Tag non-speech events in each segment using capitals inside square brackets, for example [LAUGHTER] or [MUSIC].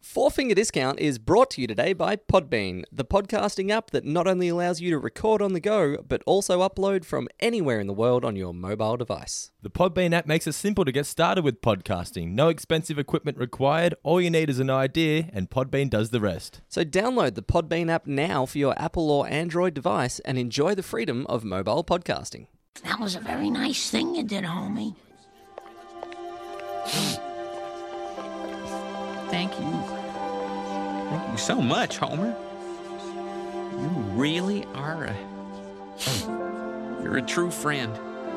Four Finger Discount is brought to you today by Podbean, the podcasting app that not only allows you to record on the go, but also upload from anywhere in the world on your mobile device. The Podbean app makes it simple to get started with podcasting. No expensive equipment required. All you need is an idea, and Podbean does the rest. So download the Podbean app now for your Apple or Android device and enjoy the freedom of mobile podcasting. That was a very nice thing you did, homie. Thank you. Thank you so much, Homer. You really are a. You're a true friend.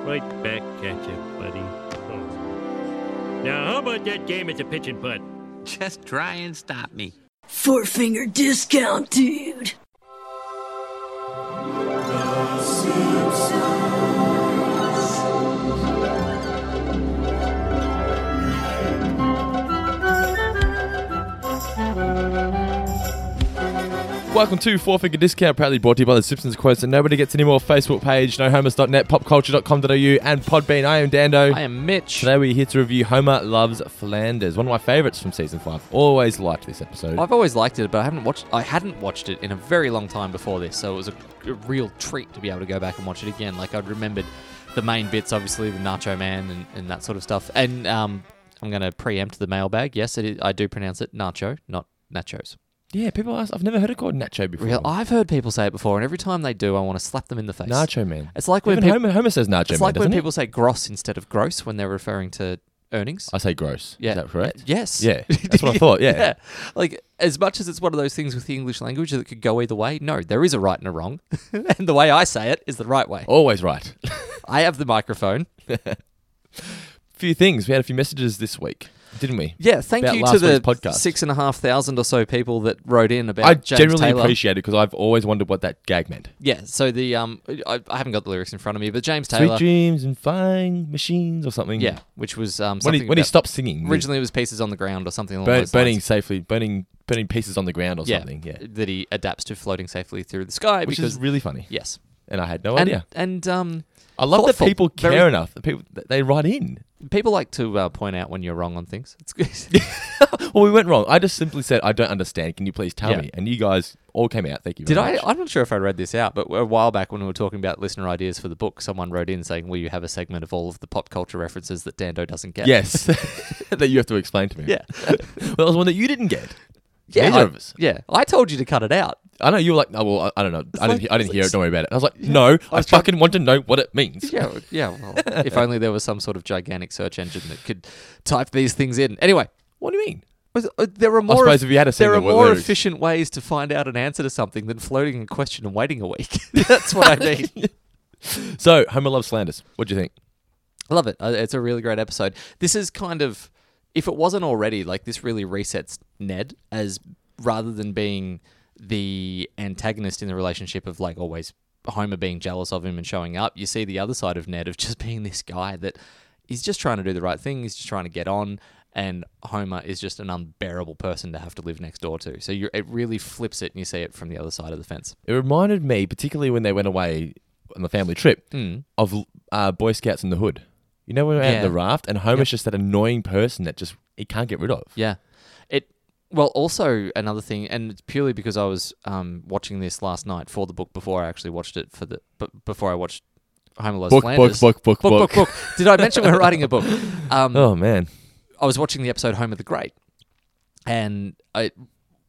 Right back at you, buddy. Oh. Now, how about that game at the pitch and putt? Just try and stop me. Four finger discount, dude. Welcome to Four Figure Discount, proudly brought to you by The Simpsons Quotes, and nobody gets any more. Facebook page, nohomers.net, popculture.com.au, and Podbean. I am Dando. I am Mitch. Today we're here to review Homer Loves Flanders, one of my favourites from season five. Always liked this episode. I've always liked it, but I haven't watched. I hadn't watched it in a very long time before this, so it was a, a real treat to be able to go back and watch it again. Like I'd remembered the main bits, obviously the Nacho Man and, and that sort of stuff. And um, I'm going to preempt the mailbag. Yes, it is, I do pronounce it Nacho, not nachos. yeah, people ask. I've never heard it called Nacho before. Real, I've heard people say it before, and every time they do, I want to slap them in the face. Nacho Man. It's like when Even people. Homer, Homer says it's Nacho Man, like when doesn't he? people say gross instead of gross when they're referring to earnings. I say gross. Yeah. Is that correct? Yes. Yeah, that's what I [LAUGHS] thought, yeah. Like, as much as it's one of those things with the English language that could go either way, no, there is a right and a wrong. [LAUGHS] and the way I say it is the right way. Always right. A I have the microphone. few things. We had a few messages this week, didn't we? Yeah, thank About you last to the week's podcast. six and a half thousand or so people that wrote in about I James generally Taylor. appreciate it because I've always wondered what that gag meant. Yeah, so the um, I, I haven't got the lyrics in front of me, but James Sweet Taylor, dreams and flying machines or something. yeah, which was um, When something he, when he about- stopped singing, the Originally, it was pieces on the ground or something along burn- those burning lines. safely, burning burning pieces on the ground or yeah, something. Yeah, that he adapts to floating safely through the sky which because is really funny. yes, And I had no and idea. and um, I love thoughtful, that people care very- enough. That people that they write in. People like to uh, point out when you're wrong on things. It's good. [LAUGHS] Well, we went wrong. I just simply said I don't understand. Can you please tell Yeah. me? And you guys all came out. Thank you. Did I? very much. I'm not sure if I read this out, but a while back when we were talking about listener ideas for the book, someone wrote in saying, "Will you have a segment of all of the pop culture references that Dando doesn't get?" Yes, [LAUGHS] that you have to explain to me. [LAUGHS] Yeah. well, that was one that you didn't get. yeah. Neither I, of us. Yeah, I told you to cut it out. I know you were like, oh, well, I, I don't know. I didn't. like- he- I didn't it's hear like- it. Don't worry about it. I was like, no, I, was trying- fucking want to know what it means. Yeah, well- yeah. [LAUGHS] Well, if only there was some sort of gigantic search engine that could type these things in. Anyway, What do you mean? was- uh, there are more. suppose if you had a there are segment with more lyrics. efficient ways to find out an answer to something than floating a question and waiting a week. [LAUGHS] That's what I mean. So Homer loves slanders. What do you think? I love it. Uh, It's a really great episode. This is kind of, if it wasn't already, like this really resets Ned as rather than being the antagonist in the relationship of like always Homer being jealous of him and showing up, you see the other side of Ned of just [LAUGHS] being this guy that he's just trying to do the right thing, he's just trying to get on. And Homer is just an unbearable person to have to live next door to. So you're, it really flips it, and you see it from the other side of the fence. It reminded me, particularly when they went away on the family trip, of uh, Boy Scouts in the Hood. You know when we were Hmm. Yeah. at the raft, and Homer's just that annoying person that just he can't get rid of. Yeah. It well also another thing and it's purely because I was um, watching this last night for the book before I actually watched it for the but before I watched Home Alone Book, Flanders. book, book, book, book, [LAUGHS] book. book. Did I mention we're writing a book? Um, Oh man, I was watching the episode Homer the Great, and I,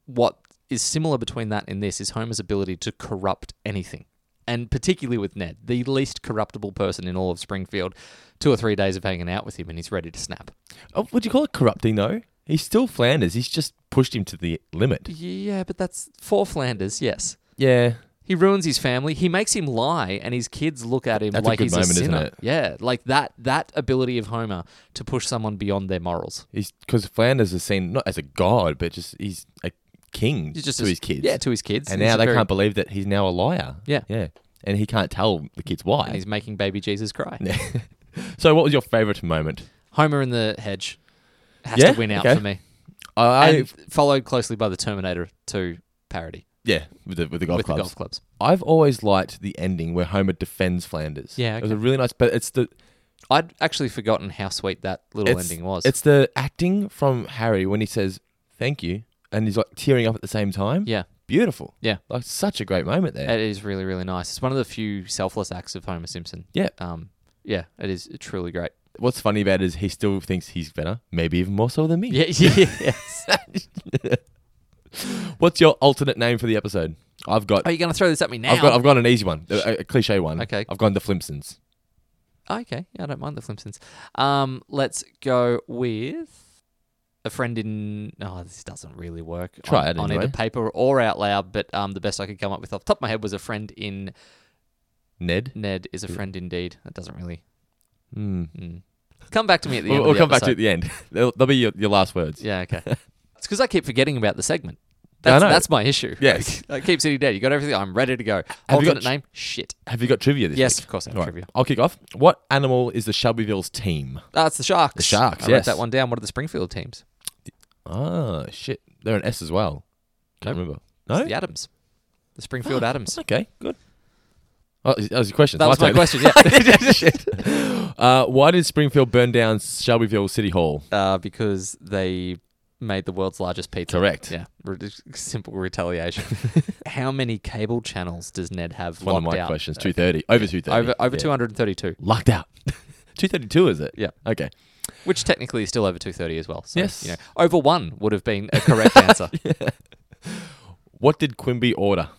what is similar between that and this is Homer's ability to corrupt anything, and particularly with Ned, the least corruptible person in all of Springfield. Two or three days of hanging out with him, and he's ready to snap. oh, would you call it corrupting though? He's still Flanders. He's just pushed him to the limit. Yeah, but that's for Flanders, yes. Yeah, He ruins his family. He makes him lie, and his kids look at him That's a like good he's moment, a isn't sinner. it? Yeah, like that that ability of Homer to push someone beyond their morals. he's because Flanders is seen not as a god, but just he's a king He's just to a- his kids. Yeah, to his kids. and He's now a they very- can't believe that he's now a liar. Yeah. yeah, and he can't tell the kids And why. he's making baby Jesus cry. So, what was your favorite moment? [LAUGHS] Homer in the hedge has Yeah, to win out okay. for me, I and followed closely by the Terminator 2 parody yeah, with the, with the golf with clubs. the golf clubs. I've always liked the ending where Homer defends Flanders. Yeah, it was okay. a really nice. But it's the I'd actually forgotten how sweet that little it's- ending was. It's the acting from Harry when he says thank you and he's like tearing up at the same time. Yeah. Beautiful. Yeah. Like such a great moment there. It is really, really nice. It's one of the few selfless acts of Homer Simpson. Yeah. Um, yeah, it is truly great. [LAUGHS] What's funny about it is he still thinks he's better, maybe even more so than me. Yeah, yes. What's your alternate name for the episode? I've got Are you going to throw this at me now? I've got I've got an easy one, a, a cliche one. Oh, Okay. I've gone the Flimpsons. okay, yeah, I don't mind the Flimpsons. Um, let's go with a friend in. Oh, this doesn't really work. Try on, it on anyway. either paper or out loud, but um, the best I could come up with off the top of my head was a friend in Ned. Ned is a friend indeed. That doesn't really mm. Hmm. come back to me at the We'll, end. we'll of the come back to episode. it at the end. [LAUGHS] They'll, they'll be your, your last words. Yeah, okay. it's because I keep forgetting about the segment. I That's, know. that's my issue. [LAUGHS] Yes. I keep sitting down. You got everything. I'm ready to go. you got Alternate ch- name? Shit. Have you got trivia this Yes, week? of course I have All right. trivia. I'll kick off. What animal is the Shelbyville's team? That's the Sharks. The Sharks, I yes. wrote that one down. What are the Springfield teams? Ah, shit. They're an S as well. Can't Hmm. remember. No? It's the Adams. The Springfield Adams. Okay, good. Oh, that was your question. That was It's my turn. [LAUGHS] question. Yeah. [LAUGHS] Uh, why did Springfield burn down Shelbyville City Hall? uh, because they made the world's largest pizza. Correct. Yeah. Re- simple [LAUGHS] retaliation. How many cable channels does Ned have One of locked my out? questions. 230. Over 230. Over over Yeah. 232, [LAUGHS] Locked out. 232, is it? Yeah. Okay. which technically is still over 230 as well. So, Yes. You know, over one would have been a [LAUGHS] correct answer. What did Quimby order?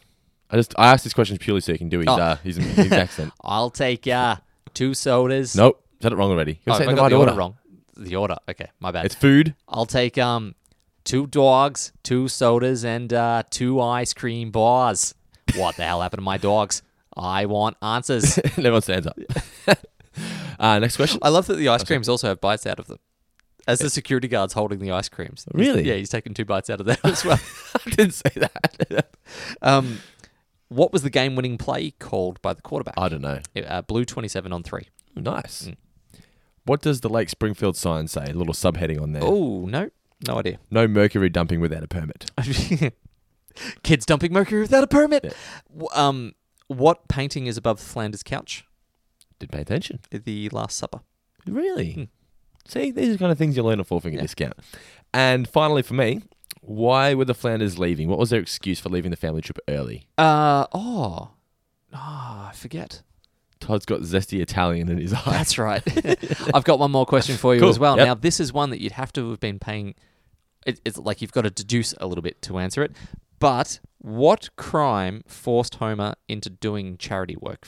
I just I asked this question purely so you can do his, Oh. [LAUGHS] uh, his, his accent. I'll take ya two sodas. Nope. Said it wrong already. You Oh, said I it in the got right the order order. wrong. The order. Okay, my bad. It's food. [LAUGHS] I'll take um two dogs, two sodas, and uh, two ice cream bars. What the hell happened to my dogs? I want answers. And everyone stands up. [LAUGHS] uh, next question. [LAUGHS] I love that the ice creams also have bites out of them. As the security guard's holding the ice creams. He's- Really? yeah, he's taking two bites out of that as [LAUGHS] well. I didn't say that. [LAUGHS] um, what was the game winning play called by the quarterback? I don't know. Uh, blue 27 on 3. Nice. What does the Lake Springfield sign say? A little subheading on there. Oh, no. No idea. No mercury dumping without a permit. [LAUGHS] Kids dumping mercury without a permit. W Um, what painting is above Flanders' couch? Did pay attention. The Last Supper. Really? Hmm. See, these are the kind of things you learn at Four Finger Discount. And finally, for me, why were the Flanders leaving? What was their excuse for leaving the family trip early? Uh oh. Ah, I forget. [LAUGHS] Todd's got zesty Italian in his eye. That's right. [LAUGHS] I've got one more question for you Cool. as well. Yep. Now, this is one that you'd have to have been paying. It, it's like you've got to deduce a little bit to answer it. But what crime forced Homer into doing charity work?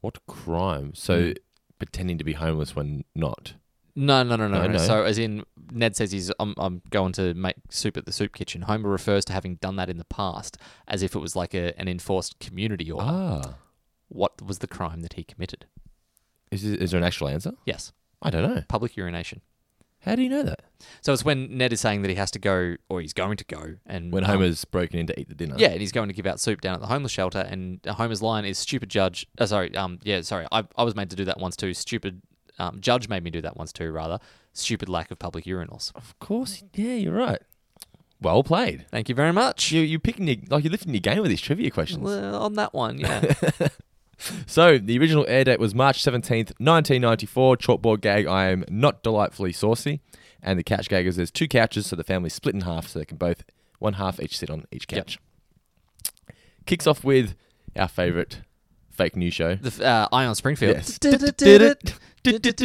What crime? So pretending to be homeless when not. No, no, no, no, No, no, no. So, as in, Ned says he's, I'm, I'm going to make soup at the soup kitchen. Homer refers to having done that in the past as if it was like a, an enforced community order. Ah. What was the crime that he committed? Is, is there an actual answer? Yes, I don't know. public urination. How do you know that? So it's when Ned is saying that he has to go, or he's going to go, and When um, Homer's broken in to eat the dinner. yeah, and he's going to give out soup down at the homeless shelter, and Homer's line is "stupid judge." Uh, sorry, um, yeah, sorry, I, I was made to do that once too. Stupid um, judge made me do that once too. Rather, stupid lack of public urinals. Of course. Yeah, you're right. Well played. Thank you very much. You, you're picking your, like you're lifting your game with these trivia questions. Well, on that one, yeah. So the original air date was March 17th, 1994. Chalkboard gag, I am not delightfully saucy. And the couch gag is there's two couches, so the family's split in half, so they can both, one half each sit on each couch. Kicks off with our favourite fake news show. the f- uh, Ion Springfield. [LAUGHS] Yes. They didn't have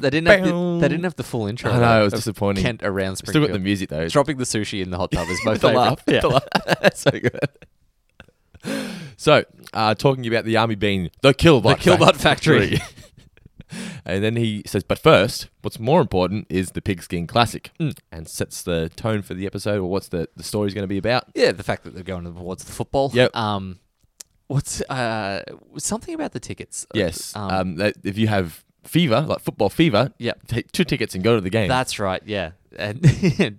the, they didn't have the full intro. I know, though, it was of disappointing. Kent around Still Springfield. got the music though. Dropping the sushi in [LAUGHS] the hot [LAUGHS] tub is my the favorite. laugh. The laugh. [LAUGHS] so good. So, uh, talking about the army being the Killbot, The Killbot Factory. [LAUGHS] and then he says, but first, what's more important is the Pigskin Classic, Mm. and sets the tone for the episode or what's the, the story's going to be about. Yeah, the fact that they're going towards the football. Yep. Um, what's uh something about the tickets? Yes. Um, Um, that if you have fever, like football fever, Yep. take two tickets and go to the game. that's right. Yeah. And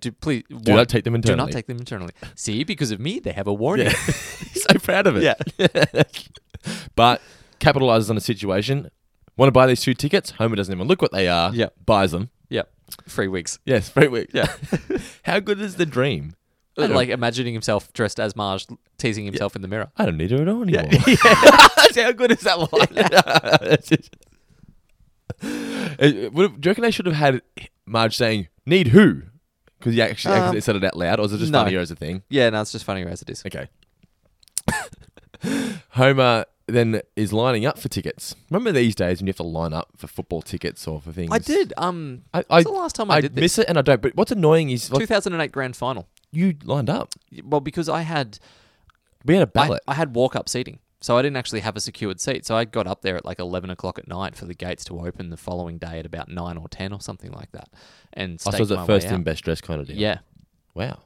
[LAUGHS] do please do not take them Do internally. not take them internally. See, because of me, they have a warning. [LAUGHS] He's so proud of it. [LAUGHS] [LAUGHS] Yeah. but capitalizes on the situation. Want to buy these two tickets? Homer doesn't even look what they are. Yep. Buys them. yep. Free wigs. Yes, very weird. Yeah. [LAUGHS] How good is the dream? And, like imagining himself dressed as Marge, teasing himself in the [LAUGHS] mirror. I don't need her at all anymore. [LAUGHS] How good is that line? It's just- It- it would have- do you reckon they should have had Marge saying, need who? Because you actually, Um, actually said it out loud, or is it just no. funnier as a thing? [LAUGHS] Yeah, no, it's just funny as it is. Okay. Homer then is lining up for tickets. Remember these days when you have to line up for football tickets or for things? I did. Um, I, I when's the last time I, I did this? miss it and I don't. But what's annoying is like, 2008 grand final. you lined up. Well, because I had We had a I, ballot. I had walk up seating, so I didn't actually have a secured seat. So I got up there at like 11 o'clock at night for the gates to open the following day at about nine or 10 or something like that. And I, staked suppose my at way first in out. best dress kind of deal. Yeah, Wow.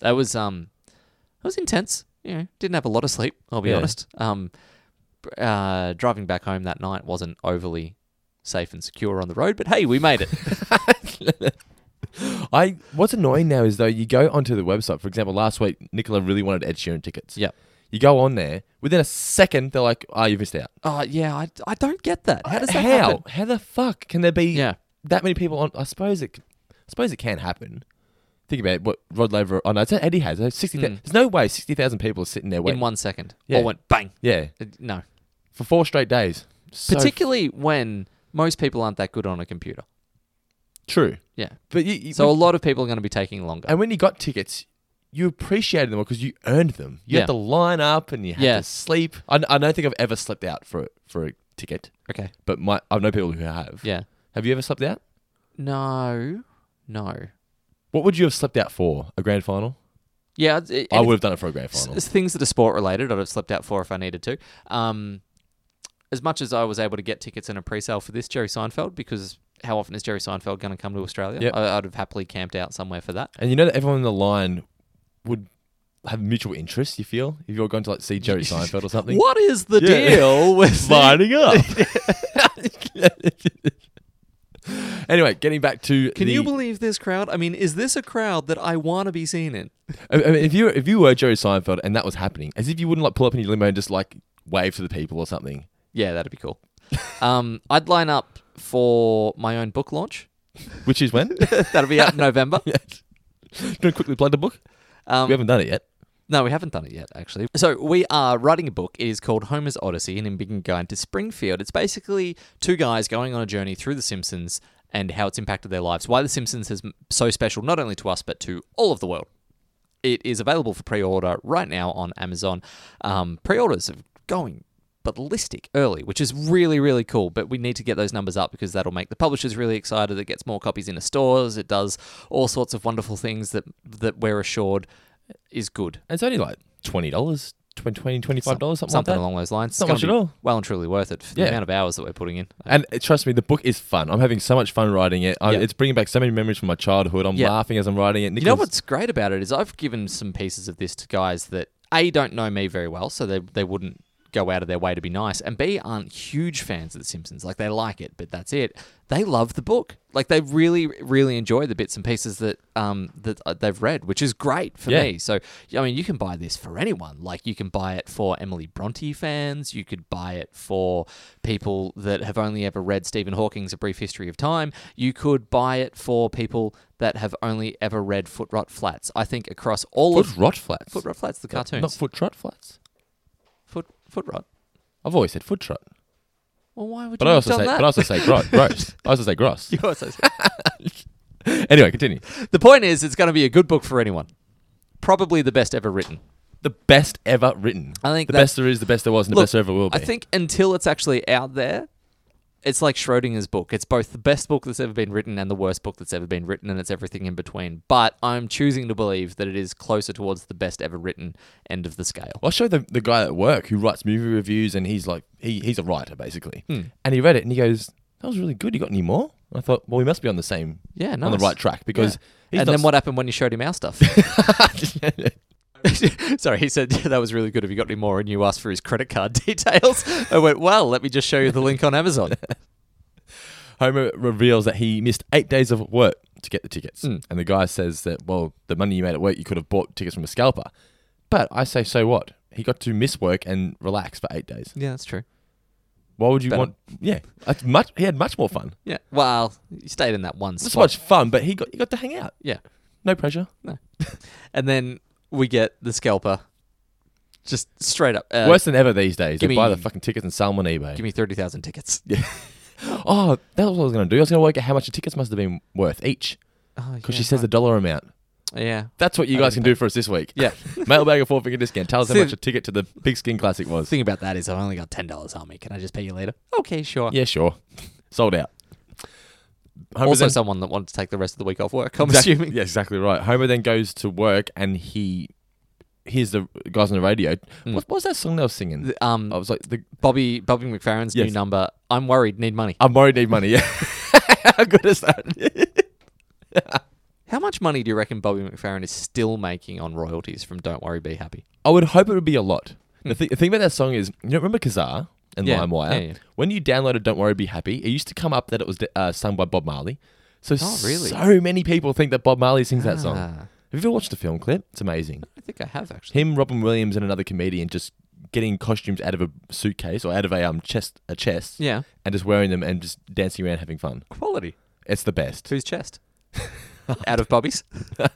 that was um, that was intense. You know, didn't have a lot of sleep. I'll be Yeah. honest. Um, uh, driving back home that night wasn't overly safe and secure on the road, but hey, we made [LAUGHS] it. I what's annoying now is though you go onto the website. For example, last week Nicola really wanted Ed Sheeran tickets. Yep. You go on there within a second, they're like, "Oh, you missed out." Oh yeah, I, I don't get that. How does that Uh, how? happen? How the fuck can there be Yeah. that many people on? I suppose it. I suppose it can happen. Think about it, what Rod Laver. Oh no, it's Eddie has uh, sixty. thou- There's no way sixty thousand people are sitting there waiting. Hmm. In one second, Yeah. all went bang. yeah, Uh, No, for four straight days. So particularly when most people aren't that good on a computer. true, Yeah, but you, you- so a lot of people are going to be taking longer. and when you got tickets, you appreciated them because you earned them. You Yeah. had to line up and you had Yeah. to sleep. I, I don't think I've ever slept out for a- for a ticket, okay, but my I know people who have. yeah, Have you ever slept out? no, no, What would you have slept out for? A grand final? yeah. it's- it- I anything- would have done it for a grand s- final. s- things that are sport related, I'd have slept out for if I needed to. Um, as much as I was able to get tickets in a pre-sale for this Jerry Seinfeld, because how often is Jerry Seinfeld going to come to Australia? Yep. I, I'd have happily camped out somewhere for that. And you know that everyone in the line would have mutual interest. You feel if you're going to like see [LAUGHS] Jerry Seinfeld or something. What is the Yeah. [LAUGHS] deal with lining [LAUGHS] up? [LAUGHS] anyway, getting back to Can the- you believe this crowd? I mean, is this a crowd that I want to be seen in? I I mean, if you if you were Jerry Seinfeld and that was happening, as if you wouldn't like pull up in your limo and just like wave to the people or something. Yeah, that'd be cool. um, I'd line up for my own book launch. Which [LAUGHS] is when? [LAUGHS] Do That'll be out in November. you want to quickly plug the book? Um, we haven't done it yet. No, we haven't done it yet, actually. So we are writing a book. It is called Homer's Odyssey, an embiggened guide to Springfield. It's basically two guys going on a journey through The Simpsons and how it's impacted their lives. Why The Simpsons is m- so special, not only to us, but to all of the world. It is available for pre-order right now on Amazon. Um, pre-orders are going ballistic early, which is really really cool. But we need to get those numbers up because that'll make the publishers really excited. It gets more copies into stores. It does all sorts of wonderful things that that we're assured is good. It's only like twenty dollars, twenty twenty-five dollars, something, like that. along those lines. Not It's gonna much at be all. Well and truly worth it for the Yeah. amount of hours that we're putting in. And uh, trust me, the book is fun. I'm having so much fun writing it. I, Yeah. It's bringing back so many memories from my childhood. I'm Yeah. laughing as I'm writing it. You know Nicholas- what's great about it is I've given some pieces of this to guys that A don't know me very well, so they they wouldn't go out of their way to be nice, and B aren't huge fans of The Simpsons. Like they like it, but that's it. They love the book. Like they really really enjoy the bits and pieces that um that uh, they've read, which is great for Yeah. me. So I mean, you can buy this for anyone. Like you can buy it for Emily Bronte fans. You could buy it for people that have only ever read Stephen Hawking's A Brief History of Time. You could buy it for people that have only ever read Foot Rot Flats. I think across all Foot of rot flats. Foot Rot Flats, the Not- cartoons, Not foot trot flats. foot Foot Rot. I've always said foot trot, Well, why would but you I have also done say, that? but [LAUGHS] I also say gro- gross. I also say gross. You also say- Anyway, continue. the point is, it's going to be a good book for anyone. Probably the best ever written. The best ever written. I think the that- best there is, the best there was, and the Look, best there ever will be. I think until it's actually out there, it's like Schrodinger's book. It's both the best book that's ever been written and the worst book that's ever been written, and it's everything in between. But I'm choosing to believe that it is closer towards the best ever written end of the scale. Well, I showed the, the guy at work who writes movie reviews, and he's like, he, he's a writer basically. Hmm. And he read it and he goes, That was really good. You got any more? And I thought, Well, we must be on the same, Yeah, on the nice. right track because he's and not then s- what happened when you showed him our [LAUGHS] stuff? Sorry, he said that was really good. Have you got any more? And you asked for his credit card [LAUGHS] details. I went, well, let me just show you the link on [LAUGHS] Amazon. Homer reveals that he missed eight days of work to get the tickets. Hmm. And the guy says that, Well, the money you made at work, you could have bought tickets from a scalper. But I say, So what? He got to miss work and relax for eight days. yeah, that's true. Why would you Better. want? Yeah, that's much. He had much more fun. Yeah. Well, you stayed in that one Not so spot. much fun, but he got he got to hang out. Yeah. No pressure. No. and then we get the scalper, just straight up. Uh, Worse than ever these days. They gimme- buy the fucking tickets and sell them on eBay. Give me thirty thousand tickets. Oh, that was what I was going to do. I was going to work out how much the tickets must have been worth each. Oh, because yeah, she says the dollar amount. yeah. That's what you guys can do for us this week. Yeah. [LAUGHS] Mailbag a four finger discount. Tell us how See- much a ticket to the Pigskin Classic was. thing about that is I've only got ten dollars on me. Can I just pay you later? Okay, sure. Yeah, sure. Sold out. Homer Also, then- someone that wanted to take the rest of the week off work. I'm Exact- assuming. Yeah, exactly right. Homer then goes to work and he hears the guys on the radio. What, what was that song they were singing? Hmm. The- Um, I was like, the, Bobby Bobby McFerrin's Yes. new number. I'm worried. Need [LAUGHS] money. I'm worried, need money. [LAUGHS] Yeah. how good is that? How much money do you reckon Bobby McFerrin is still making on royalties from "Don't Worry, Be Happy"? I would hope it would be a lot. The, thi- the thing about that song is, you know, remember Kazaa and Hmm. Yeah, LimeWire? yeah, yeah. When you downloaded Don't Worry, Be Happy, it used to come up that it was uh, sung by Bob Marley. So, Oh, really? so many people think that Bob Marley sings that song. Ah. Have you ever watched the film clip? It's amazing. I think I have actually. Him, Robin Williams, and another comedian just getting costumes out of a suitcase or out of a um chest a chest Yeah. and just wearing them and just dancing around having fun. Quality. It's the best. To his chest. [LAUGHS] Out of [LAUGHS] Bobby's. I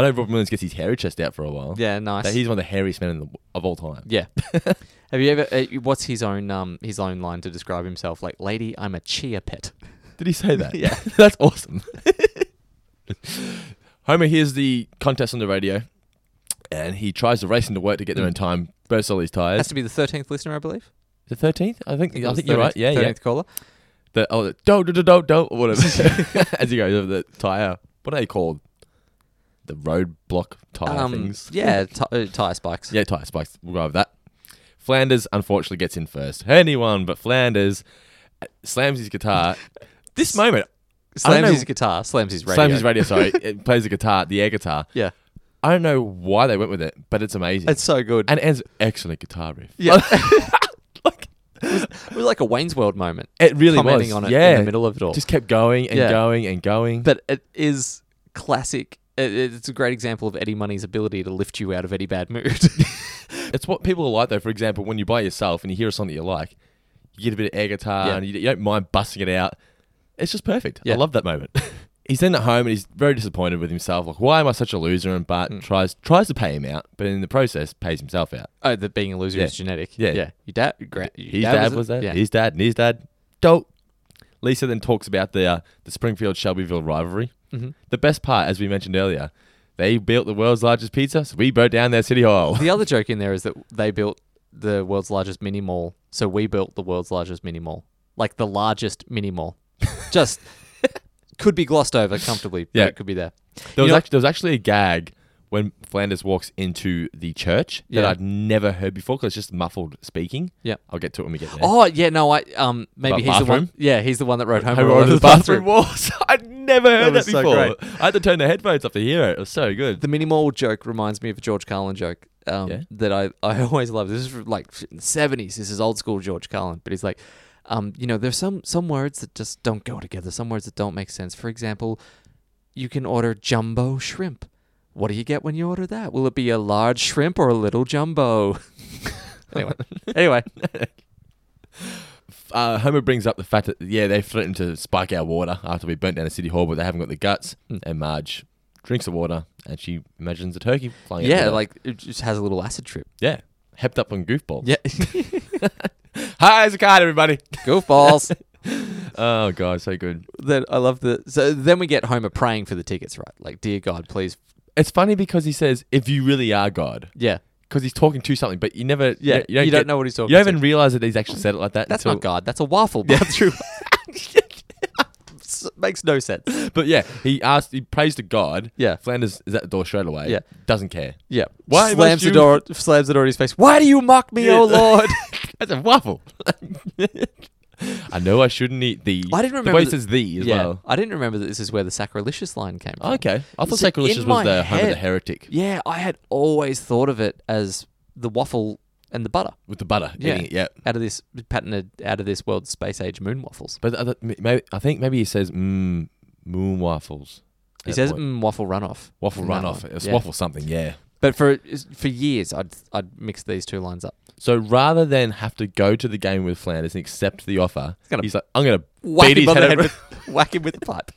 know Robin Williams gets his hairy chest out for a while. Yeah, nice. But he's one of the hairiest men in the, of all time. yeah. [LAUGHS] have you ever? Uh, what's his own um his own line to describe himself? Like, lady, I'm a chia pet. Did he say that? yeah. [LAUGHS] That's awesome. Homer hears the contest on the radio and he tries to race into work to get there in time, bursts all his Has tires. to be the thirteenth listener, I believe. The 13th? I think, I was think you're right. 13th Yeah, yeah. 13th caller. The, oh, the do, do, do, do, do, or whatever. [LAUGHS] As he goes over the tire. What are they called? The roadblock tire Um, things. yeah, ti uh, tire spikes. Yeah, tire spikes. We'll go with that. Flanders unfortunately gets in first. Anyone but Flanders uh, slams his guitar. This moment, I don't Slams know- his guitar. Slams his radio. slams his radio. Sorry, it plays the guitar, the air guitar. [LAUGHS] Yeah, I don't know why they went with it, but [LAUGHS] it's amazing. it's so good. and it has excellent guitar [LAUGHS] riff. [LAUGHS] yeah, it was like a Wayne's World moment. It really commenting was. on it yeah, in the middle of it all. just kept going and Yeah. going and going. but it is classic. It, it's a great example of Eddie Money's ability to lift you out of any bad mood. [LAUGHS] it's what people are like though. For example, when you're by yourself and you hear a song that you like, you get a bit of air guitar Yeah. and you, you don't mind busting it out. It's just perfect. Yeah. I love that moment. [LAUGHS] he's then at home and he's very disappointed with himself. Like, why am I such a loser? And Bart Hmm. tries tries to pay him out, but in the process pays himself out. oh, that being a loser Yeah. is genetic. Yeah. yeah. Your dad, gra- your His dad, was, it? that. Yeah. His dad and his dad. Dope. Lisa then talks about the uh, the Springfield Shelbyville rivalry. Mm-hmm. The best part, as we mentioned earlier, they built the world's largest pizza, so we burnt down their city [LAUGHS] hall. the other joke in there is that they built the world's largest mini mall, so we built the world's largest mini mall, like the largest mini [LAUGHS] mall. Just could be glossed over comfortably. But Yeah. it could be there. There was, know- actually, there was actually a gag when Flanders walks into the church that Yeah. I'd never heard before because it's just muffled speaking. Yeah. I'll get to it when we get there. Oh yeah, no, I um maybe About he's the one. bathroom? Yeah, he's the one that wrote home I wrote over the bathroom walls. [LAUGHS] I'd never heard was that, so before. great. I had to turn the headphones up to hear it. It was so good. The mini mall joke reminds me of a George Carlin joke um, Yeah? that I, I [LAUGHS] always love. This is from, like seventies. This is old school George Carlin, but he's like, um, you know, there's some some words that just don't go together. Some words that don't make sense. For example, you can order jumbo shrimp. What do you get when you order that? Will it be a large shrimp or a little jumbo? anyway, anyway, [LAUGHS] uh, Homer brings up the fact that yeah, they threatened to spike our water after we burnt down the city hall, but they haven't got the guts. Hmm. And Marge drinks the water, and she imagines a turkey flying. out [LAUGHS] the yeah, window. like it just has a little acid trip. yeah, hepped up on goofball. [LAUGHS] Yeah, hi, it's a [LAUGHS] card, everybody. goofballs. oh god, so good. then I love the. So then we get Homer praying for the tickets, right? Like, dear God, please. It's funny because he says, "If you really are God," Yeah. because he's talking to something, but you never, Yeah, you don't, you don't get- know what he's talking You don't even to. realize that he's actually said it like that. That's until, not God. That's a waffle [LAUGHS] bathroom. S- Makes no sense. But yeah, he asked, he prays to God. Yeah. Flanders is at the door straight away. Yeah. doesn't care. Yeah. Why slams must the you- door? Slams the door in his face. Why do you mock me, [LAUGHS] oh Lord? That's a waffle. I know I shouldn't eat the. I didn't The way remember he that- says the as yeah. well. oh, I didn't remember that this is where the sacrilegious line came from. Okay. I thought So sacrilegious in my was the home of the head- heretic Yeah, I had always thought of it as the waffle and the butter. with the butter. Yeah. eating it, yeah. Out of this patented, out of this world, space age moon waffles. But I, maybe, I think maybe he says mm, moon waffles. He at says point. mm, waffle runoff. waffle That runoff. one. It's Yeah. waffle something, yeah. But for for years, I'd I'd mix these two lines up. So rather than have to go to the game with Flanders and accept the offer, gonna he's like, I'm going to Whack beat his him on the head head over. with, [LAUGHS] whack him with the pipe.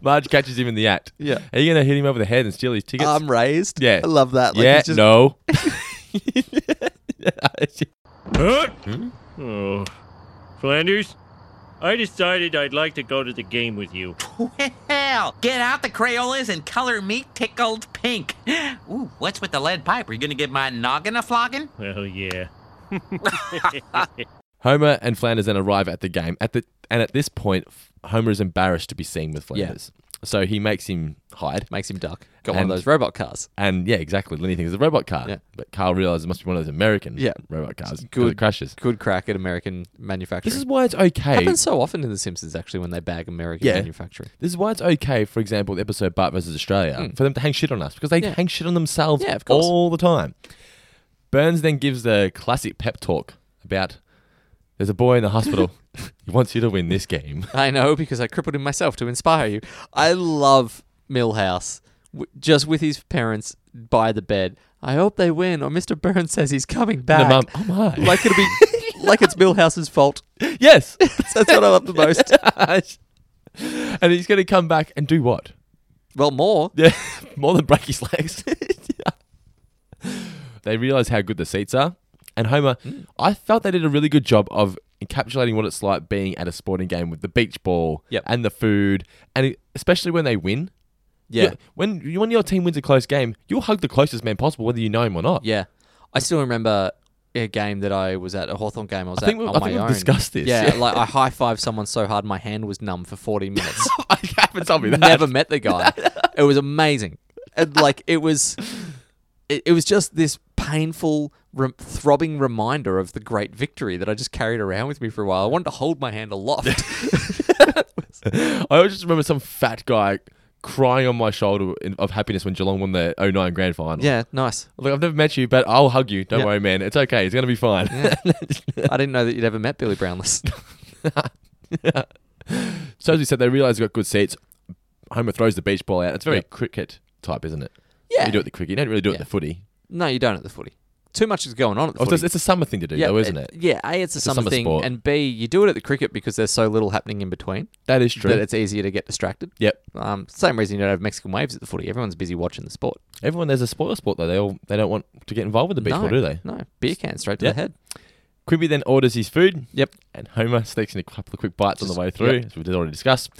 [LAUGHS] [LAUGHS] Marge catches him in the act. Yeah. Are you going to hit him over the head and steal his tickets? I'm raised. Yeah. I love that. Like, yeah, it's just- [LAUGHS] no. [LAUGHS] Huh? Oh. Hmm? Flanders, I decided I'd like to go to the game with you. Well, get out the Crayolas and color me tickled pink. Ooh, what's with the lead pipe? Are you gonna give my noggin a flogging? Well, yeah. Homer and Flanders then arrive at the game. At the and at this point, F- Homer is embarrassed to be seen with Yeah. Flanders, so he makes him hide. Makes him duck. Got one of And- those robot cars. And yeah, exactly. Lenny thinks it's a robot car, Yeah. but Carl realizes it must be one of those American Yeah. robot cars. 'cause good. it crashes. Good crack at American manufacturing. [LAUGHS] This is why it's okay. happens so often in The Simpsons, actually, when they bag American Yeah. manufacturing. This is why it's okay, for example, the episode Bart versus Australia, for them to hang shit on us because they Mm. Yeah. hang shit on themselves Yeah, of course. all the time. Burns then gives the classic pep talk about there's a boy in the hospital. [LAUGHS] he wants you to win this game. [LAUGHS] I know because I crippled him myself to inspire you. I love Millhouse, w- just with his parents by the bed. I hope they win, or Mr. Burns says he's coming back. mum, oh my. Like it'll be, like [LAUGHS] it's Millhouse's fault. [LAUGHS] yes. That's what I love the most. [LAUGHS] and he's going to come back and do what? [LAUGHS] Well, [LAUGHS] more. Yeah, [LAUGHS] more than break his legs. Yeah. They realize how good the seats are. And Homer, I felt they did a really good job of encapsulating what it's like being at a sporting game with the beach ball Yep. and the food, and it- especially when they win. Yeah. You- When you- when your team wins a close game, you'll hug the closest man possible, whether you know him or [LAUGHS] not. Yeah. I still remember a game that I was at, a Hawthorn game I was I think at we- on I my think we've own. discussed this, Yeah, [LAUGHS] yeah. like I high fived someone so hard my hand was numb for [LAUGHS] 40 minutes. I haven't told me [LAUGHS] that. Never met the guy. it was amazing. And like it was it, it was just this painful re- throbbing reminder of the great victory that I just carried around with me for a while. I wanted to hold my hand [LAUGHS] aloft. [LAUGHS] [LAUGHS] I always just remember some fat guy crying on my shoulder in, of happiness when Geelong won the 09 grand final. yeah, nice. Look, I've never met you, but I'll hug you. Don't Yeah. worry, man. It's okay. It's going to be fine. I didn't know that you'd ever met Billy Brownless. [LAUGHS] So as we said, they realise they've got good seats. Homer throws the beach ball out. It's very cricket type, isn't it? Yeah. You do it at the cricket. You don't really do it Yeah. at the footy. no, you don't at the footy. Too much is going on at the Oh, so footy. it's, it's a summer thing to do, though, isn't it? Yeah, A, it's a a summer, summer thing, sport. and B, you do it at the cricket because there's so little happening in between That is true. that it's easier to get distracted. yep. Um, same reason you don't have Mexican waves at the footy. Everyone's busy watching the sport. Everyone, there's a spoiler sport though. They all they don't want to get involved with the beach no, ball, do they? No, beer can straight to Yeah. the head. Quimby then orders his food. Yep. And Homer sneaks in a couple of quick bites on the way through, as we've already discussed.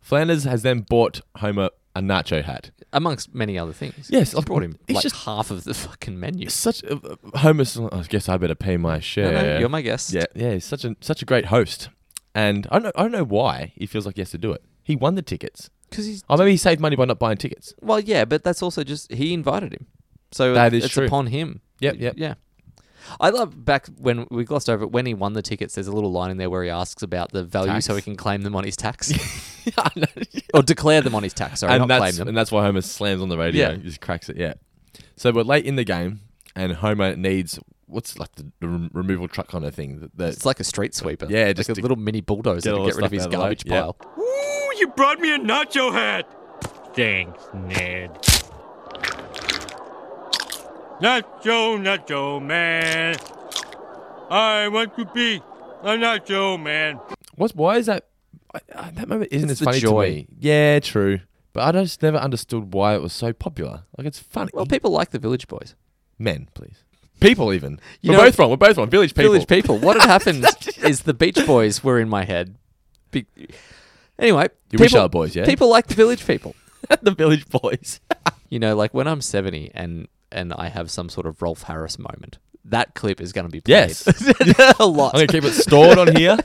Flanders has then bought Homer a nacho hat. Amongst many other things. Yes, He's brought him it's like just- half of the [LAUGHS] fucking menu. Such a, Homer's. I guess I better pay my share. uh, No, no, you're my guest. Yeah, yeah, he's such a such a great host, and I don't know, I don't know why he feels like he has to do it. He won the tickets. Because he's Oh, maybe he saved money by not buying tickets. well, yeah, but that's also just he invited him, so That is it's true. upon him. Yep, yep. yeah. I love back when we glossed over it, when he won the tickets. There's a little line in there where he asks about the value, so he Tax. can claim them on his tax. [LAUGHS] I know. or declare them on his tax. Sorry, and not that's claim them. and that's why Homer slams on the radio. Yeah. just cracks it. Yeah. So we're late in the game, and Homer needs what's like the, the rem- removal truck kind of thing. The, It's like a street sweeper. Yeah, Like just a to little mini bulldozer get to all get the rid of stuff his out of the way. garbage Yeah. pile. Ooh, you brought me a nacho hat. Thanks, Ned. Nacho, nacho man. I want to be a nacho man. what's why is that? I, I, that moment isn't It's the as funny joy. to me. Yeah, true. But I just never understood why it was so popular. Like it's funny. Well, people like the Village Boys. Men, please. People, even. You we're know- both wrong. We're both wrong. Village people. Village people. What had [LAUGHS] happened is the Beach Boys were in my head. Be- anyway, You people, wish our boys, yeah? People like the Village people. [LAUGHS] the Village Boys. You know, like when I'm 70 and and I have some sort of Rolf Harris moment. That clip is going to be played Yes. [LAUGHS] a lot. I'm gonna keep it stored on here.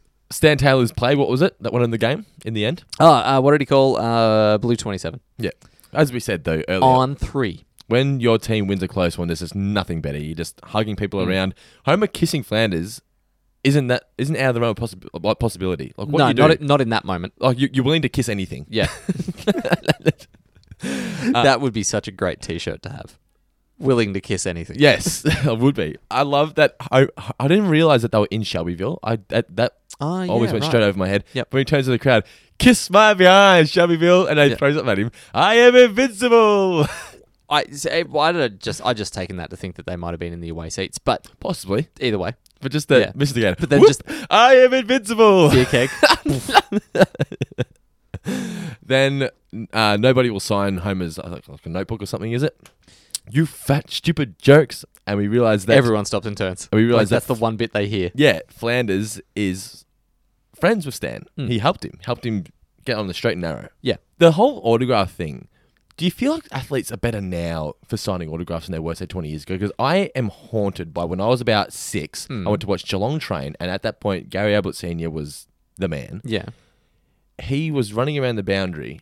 [LAUGHS] Stan Taylor's play, what was it? That won in the game in the end? Oh, uh, what did he call uh, Blue 27 Yeah. As we said though earlier, on three? when your team wins a close one, there's just nothing better. You're just hugging people around. Homer kissing Flanders isn't that isn't out of the realm of possi- like possibility. Like what no, you do, not in- not in that moment. like you, you're willing to kiss anything. [LAUGHS] Yeah. [LAUGHS] that would be such a great t shirt to have. Willing to kiss anything. Yes, [LAUGHS] I would be. I love that. I, I didn't realize that they were in Shelbyville. I that that Ah, always yeah, went right. straight over my head. Yep. When he turns to the crowd, kiss my behind, Shelbyville, and I throws up at him. I am invincible. [LAUGHS] I say, why did I just I just taken that to think that they might have been in the away seats, but Possibly, either way, but just the Yeah. missed again. But then Whoop, just- I am invincible. beer keg. Then uh, nobody will sign Homer's uh, like, like a notebook or something. Is it? You fat stupid jerks. and we realize that [LAUGHS] Everyone stops and turns. And we realize Like, that's that- the one bit they hear. yeah, Flanders is friends with Stan. Hmm. He helped him, helped him get on the straight and narrow. Yeah. The whole autograph thing. Do you feel like athletes are better now for signing autographs than they were, say, 20 years ago? Because I am haunted by when I was about six, I went to watch Geelong Train, and at that point, Gary Ablett Sr. was the man. Yeah. He was running around the boundary,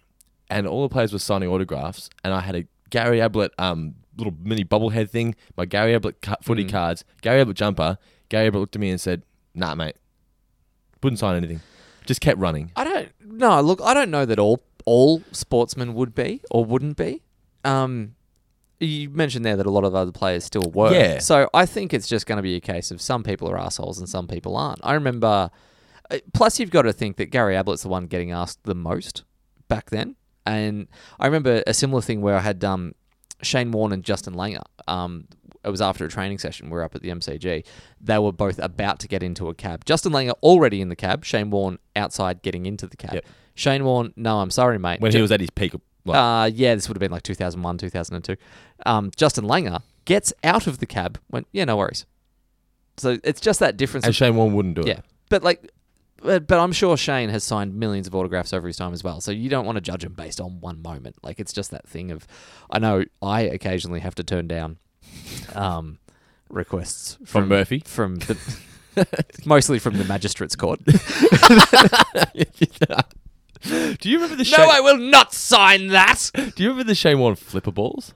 and all the players were signing autographs, and I had a Gary Ablett um, little mini bobblehead thing, my Gary Ablett cu- footy Mm. cards, Gary Ablett jumper. Gary Ablett looked at me and said, nah, mate, wouldn't sign anything. Just kept running. I don't. No, look, I don't know that all all sportsmen would be or wouldn't be. Um, you mentioned there that a lot of other players still were. Yeah. So I think it's just going to be a case of some people are assholes and some people aren't. I remember. uh, Plus, you've got to think that Gary Ablett's the one getting asked the most back then, and I remember a similar thing where I had um, Shane Warne and Justin Langer. Um, it was after a training session. We were up at the MCG. They were both about to get into a cab. Justin Langer already in the cab. Shane Warne outside getting into the cab. Yep. Shane Warne, no, I'm sorry, mate. When Ju- he was at his peak, like, uh, yeah, this would have been like 2001, 2002. Um, Justin Langer gets out of the cab, went, yeah, no worries. So it's just that difference. and of- Shane Warne wouldn't do yeah. it. But like, but, but I'm sure Shane has signed millions of autographs over his time as well. So you don't want to judge him based on one moment. Like, it's just that thing of, I know I occasionally have to turn down um, requests From Murphy? From the. [LAUGHS] Mostly from the magistrate's court. Do you remember the no, Shane? I will not sign that. do you remember the Shane Warne flipper balls?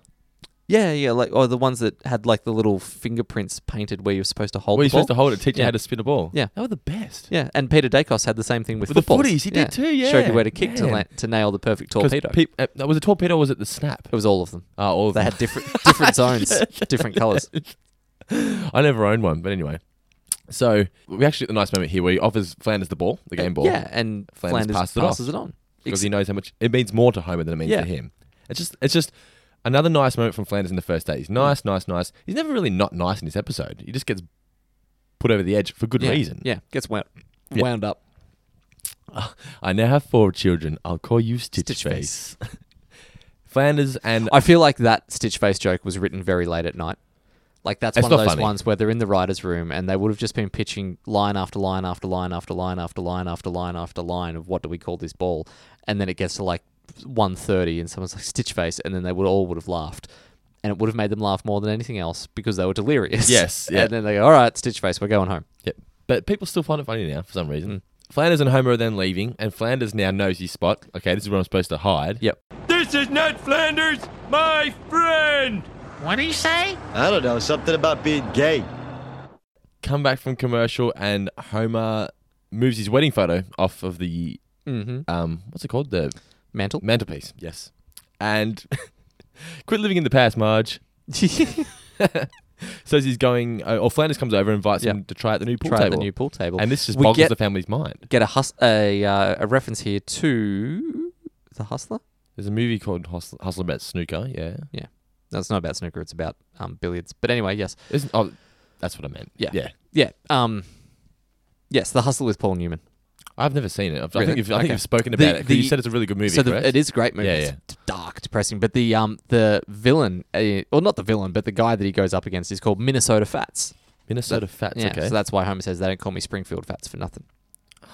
Yeah, yeah, like or the ones that had like the little fingerprints painted where you're supposed to hold. Where the you're supposed to ball. hold it, teach you Yeah. how to spin a ball. Yeah. they were the best. Yeah, and Peter Dacos had the same thing with, With the footballs. footies, he did too, yeah. showed you where to kick to, Man. la- to nail the perfect 'Cause torpedo. peop- uh, was it torpedo? or Was it the snap? it was all of them. Oh, all of They them. had [LAUGHS] different different zones, different [LAUGHS] colours. I never owned one, but anyway. So we actually a nice moment here where he offers Flanders the ball, the game ball. Uh, Yeah, and Flanders Flanders, passed it off. passes it, on. because Ex- he knows how much it means more to Homer than it means Yeah. to him. It's just it's just another nice moment from Flanders in the first day. He's Mm. nice, nice, nice. He's never really not nice in this episode. He just gets put over the edge for good yeah, reason. Yeah, gets wound, Yeah. wound up. I now have four children. I'll call you Stitch, Stitch Face. Flanders and I feel like that stitch face joke was written very late at night. Like that's It's one of not those funny. ones where they're in the writers' room and they would have just been pitching line after line after line after line after line after line after line of what do we call this ball, and then it gets to like one thirty and someone's like stitch face, and then they would all would have laughed, and it would have made them laugh more than anything else because they were delirious. [LAUGHS] Yes, yeah. And then they go, all right, stitch face, we're going home. Yep. But people still find it funny now for some reason. Flanders and Homer are then leaving, and Flanders now knows his spot. Okay, this is where I'm supposed to hide. Yep. This is not Flanders, my friend! What do you say? I don't know, something about being gay. Come back from commercial, and Homer moves his wedding photo off of the Mm-hmm. um, what's it called? The Mantle. mantelpiece. Yes. And [LAUGHS] quit living in the past, Marge. [LAUGHS] Says he's going, uh, or Flanders comes over and invites him Yep. to try out the new pool Try table. the new pool table, and this just We boggles get- the family's mind. get a hus- a uh, a reference here to the hustler. There's a movie called Hustle, Hustle About Snooker. Yeah. Yeah. No, it's not about snooker. It's about um, billiards. But anyway, yes. Isn't, oh, that's what I meant. Yeah. Yeah. Yeah. Um, yes, The Hustle with Paul Newman. I've never seen it. I've, I Really? think you've, I think Okay. you've spoken The- about it. 'cause you the- said it's a really good movie. so the, correct? it is a great movie. Yeah, It's yeah. d- dark, depressing. But the um the villain, uh, well, not the villain, but the guy that he goes up against is called Minnesota Fats. Minnesota Fats. yeah, okay. So that's why Homer says they don't call me Springfield Fats for nothing.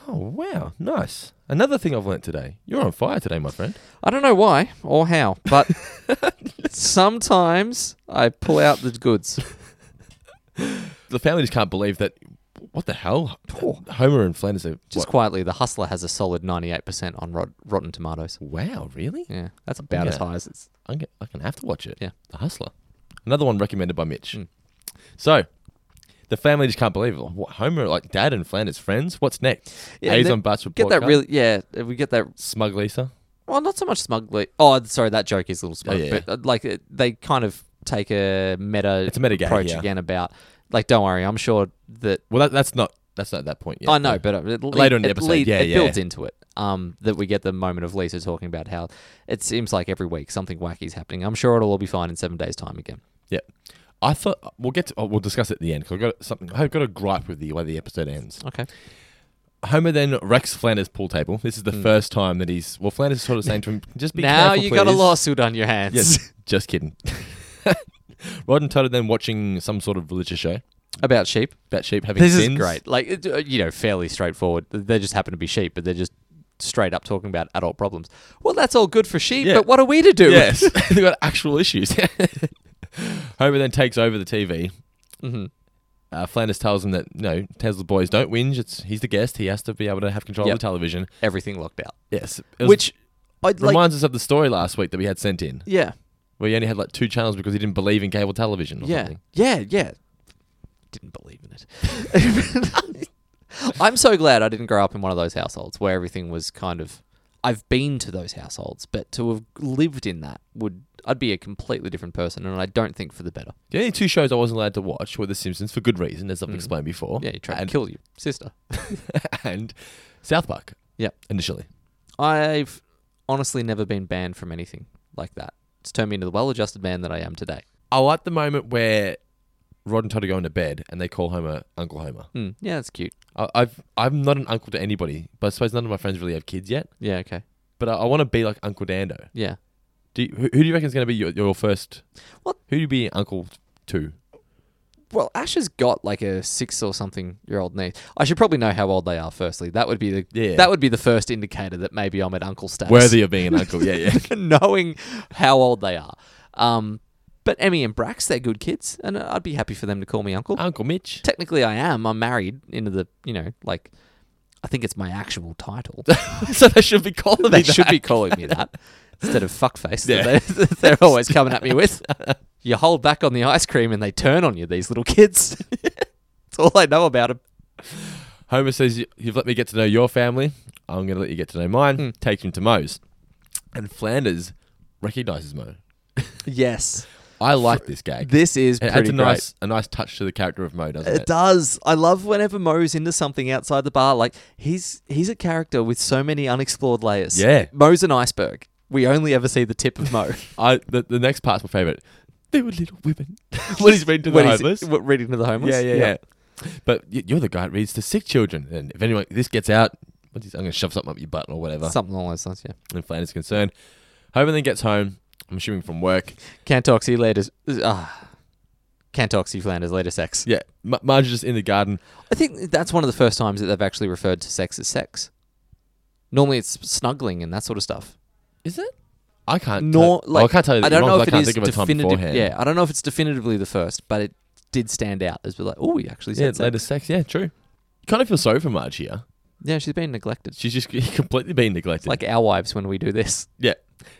oh wow, nice. Another thing I've learnt today. You're on fire today, my friend. I don't know why or how, [LAUGHS] but sometimes I pull out the goods. The family just can't believe that. What the hell? Homer and Flanders are Just what? quietly, The Hustler has a solid 98% on rot- Rotten Tomatoes. Wow, really? Yeah, that's about as Yeah. high as it's. I'm gonna, I can have to watch it. Yeah. The Hustler. Mm. Another one recommended by Mitch. So, the family just can't believe it. What, Homer, like dad and Flanders friends. What's next? Yeah, Yeah, and A's then on Butch Get that really, yeah. We get that smug Lisa. Well, not so much smugly. Oh, sorry, that joke is a little smug, Oh, yeah. but uh, like it- they kind of take a meta, It's a meta gag, approach yeah. again about like, don't worry, I'm sure that Well, that, that's not that's not that point yet. I know, no. but uh, it, it Later in the it episode, lead- yeah, it yeah. builds into it. Um, that we get the moment of Lisa talking about how it seems like every week something wacky is happening. I'm sure it'll all be fine in seven days' time again. Yeah. I thought we'll get to, oh, we'll discuss it at the end because I've got something. I've got a gripe with the way the episode ends. Okay. Homer then wrecks Flanders' pool table. This is the first time that he's well. Flanders is sort of saying to him, "Just be Hmm. now careful." you got a please." lawsuit on your hands. Yes, just kidding. [LAUGHS] Rod and Todd are then watching some sort of religious show [LAUGHS] about sheep. about sheep having This is sins. great. Like it- uh, you know, fairly straightforward. They just happen to be sheep, but they're just straight up talking about adult problems. Well, that's all good for sheep, Yeah. but what are we to do? Yes, [LAUGHS] they've got actual issues. [LAUGHS] Homer then takes over the TV. Mhm. Uh, Flanders tells him that no, Tesla boys don't whinge. It's he's the guest. He has to be able to have control Yep. of the television. [LAUGHS] Everything locked out. Yes, It was- Which I'd like. reminds us of the story last week that we had sent in, yeah, where he only had like two channels because he didn't believe in cable television. Or yeah, something. yeah, yeah. Didn't believe in it. [LAUGHS] I'm so glad I didn't grow up in one of those households where everything was kind of. I've been to those households, but to have lived in that would I'd be a completely different person, and I don't think for the better. The only two shows I wasn't allowed to watch were The Simpsons for good reason, as I've explained before. Mm. Yeah, you try to and, [LAUGHS] kill your sister. and South Park. Yep. initially. I've honestly never been banned from anything like that. It's turned me into the well-adjusted man that I am today. I like the moment where Rod and Todd are going to bed and they call Homer Uncle Homer. Hmm. yeah, that's cute. I- I've I'm not an uncle to anybody, but I suppose none of my friends really have kids yet. Yeah, okay. But I, I want to be like Uncle Dando. Yeah. Do you, who, who do you reckon is going to be your, your first? What? Who do you be uncle to? Well, Ash has got like a six or something year old niece. I should probably know how old they are. Firstly, that would be the Yeah. that would be the first indicator that maybe I'm at uncle status. [LAUGHS] Worthy of being an uncle. Yeah, yeah. knowing how old they are. Um, but Emmy and Brax, they're good kids, and I'd be happy for them to call me uncle. uncle Mitch. Technically, I am. I'm married into the you know like I think it's my actual [LAUGHS] title. so they should be calling me they that. should be calling me that [LAUGHS] instead of fuckface Yeah. that they, [LAUGHS] that they're always coming at me [LAUGHS] with. You hold back on the ice cream and they turn on you, these little kids. [LAUGHS] That's all I know about them. Homer says, "You- "You've let me get to know your family. I'm going to let you get to know mine." Hmm. Take him to Moe's, and Flanders recognizes Moe. Yes. I like this gag. This is it adds pretty a great. nice, a nice touch to the character of Moe, doesn't it? It does. I love whenever Moe's into something outside the bar. Like he's he's a character with so many unexplored layers. Yeah. Moe's an iceberg. We only ever see the tip of [LAUGHS] Moe I the, the next part's my favorite. They were little [LAUGHS] women. [LAUGHS] when he's reading to the when he's homeless. w- reading to the homeless. yeah, yeah, yeah. But y- you're the guy that reads to sick children, and if anyone this gets out, what is- I'm going to shove something up your butt or whatever. Something along those lines. Yeah. And Flanders is concerned. Homer then gets home. I'm assuming from work. Can't talk. See you later. Ah. Can't talk. See you Flanders later. Sex. Yeah, Ma- Marge is just in the garden. I think that's one of the first times that they've actually referred to sex as sex. Normally, it's snuggling and that sort of stuff. Is it? I can't. Nor tell- well, like I can't tell you. I don't know because if I can't it is think of a time definitive. beforehand. Yeah, I don't know if it's definitively the first, but it did stand out as we like, oh, we actually said yeah. sex. Later sex. Yeah, true. Kind of feel sorry for Marge here. Yeah, she's been neglected. She's just [LAUGHS] completely being neglected. Like our wives when we do this. yeah.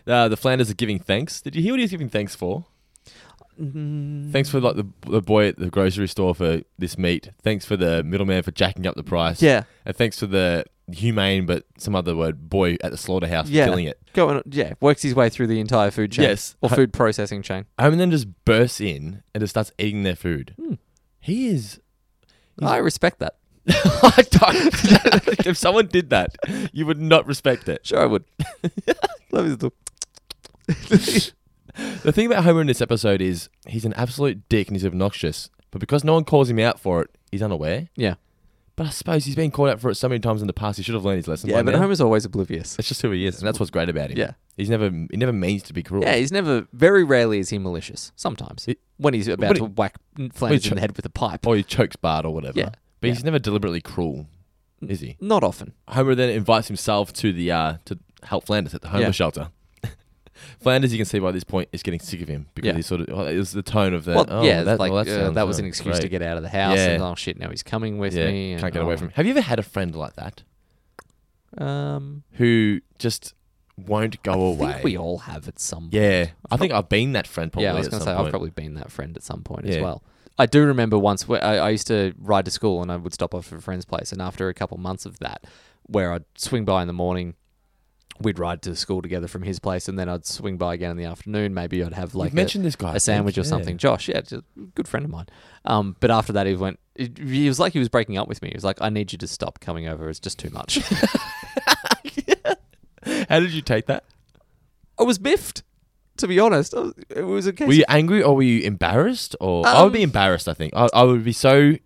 Uh, the Flanders are giving thanks. Did you hear what he's giving thanks for? Mm-hmm. Thanks for like the, the boy at the grocery store for this meat. Thanks for the middleman for jacking up the price. Yeah. And thanks for the humane, but some other word, boy at the slaughterhouse for Yeah, killing it. Going, yeah, works his way through the entire food chain. Yes. or Ho- food processing chain. Homer then just bursts in and just starts eating their food. Hmm. He is. I respect that. [LAUGHS] I don't- [LAUGHS] if someone did that, you would not respect it. Sure, I [LAUGHS] would. Love his little- The thing about Homer in this episode is he's an absolute dick and he's obnoxious, but because no one calls him out for it, he's unaware. Yeah, But I suppose he's been called out for it so many times in the past, he should have learned his lesson. yeah, by but now. Homer's always oblivious. That's just who he is, and that's what's great about him. Yeah. he's never he never means to be cruel. Yeah, he's never. Very rarely is he malicious. Sometimes He- when he's about but he- to whack Flanders he in ch- the head with a pipe. or he chokes Bart or whatever. Yeah, but he's never deliberately cruel, is he? Not often. Homer then invites himself to the uh, to help Flanders at the Homer Yeah. shelter. [LAUGHS] Flanders, you can see by this point, is getting sick of him because Yeah. he's sort of well, it was the tone of the Well, oh, yeah, that, like well, uh, sounds, that was uh, an excuse to great. get out of the house. Yeah. And, oh shit! Now he's coming with yeah, me. And, can't get away oh. from. Him. Have you ever had a friend like that Um, who just won't go I away? think we all have at some. yeah, I think I've been that friend probably. yeah. I was at gonna some say I've point. probably been that friend at some point Yeah. as well. I do remember once where I, I used to ride to school and I would stop off at a friend's place, and after a couple months of that, where I'd swing by in the morning. We'd ride to school together from his place, and then I'd swing by again in the afternoon. Maybe I'd have like a- mentioned this guy, I a think, sandwich or yeah. something. Josh, yeah, just a good friend of mine. Um, but after that, he went. It, he was like he was breaking up with me. He was like, "I need you to stop coming over. It's just too [LAUGHS] much." How did you take that? I was biffed, to be honest. I was- it was a case. Were you angry or were you embarrassed? Or I would be embarrassed. I think I, I would be so. of-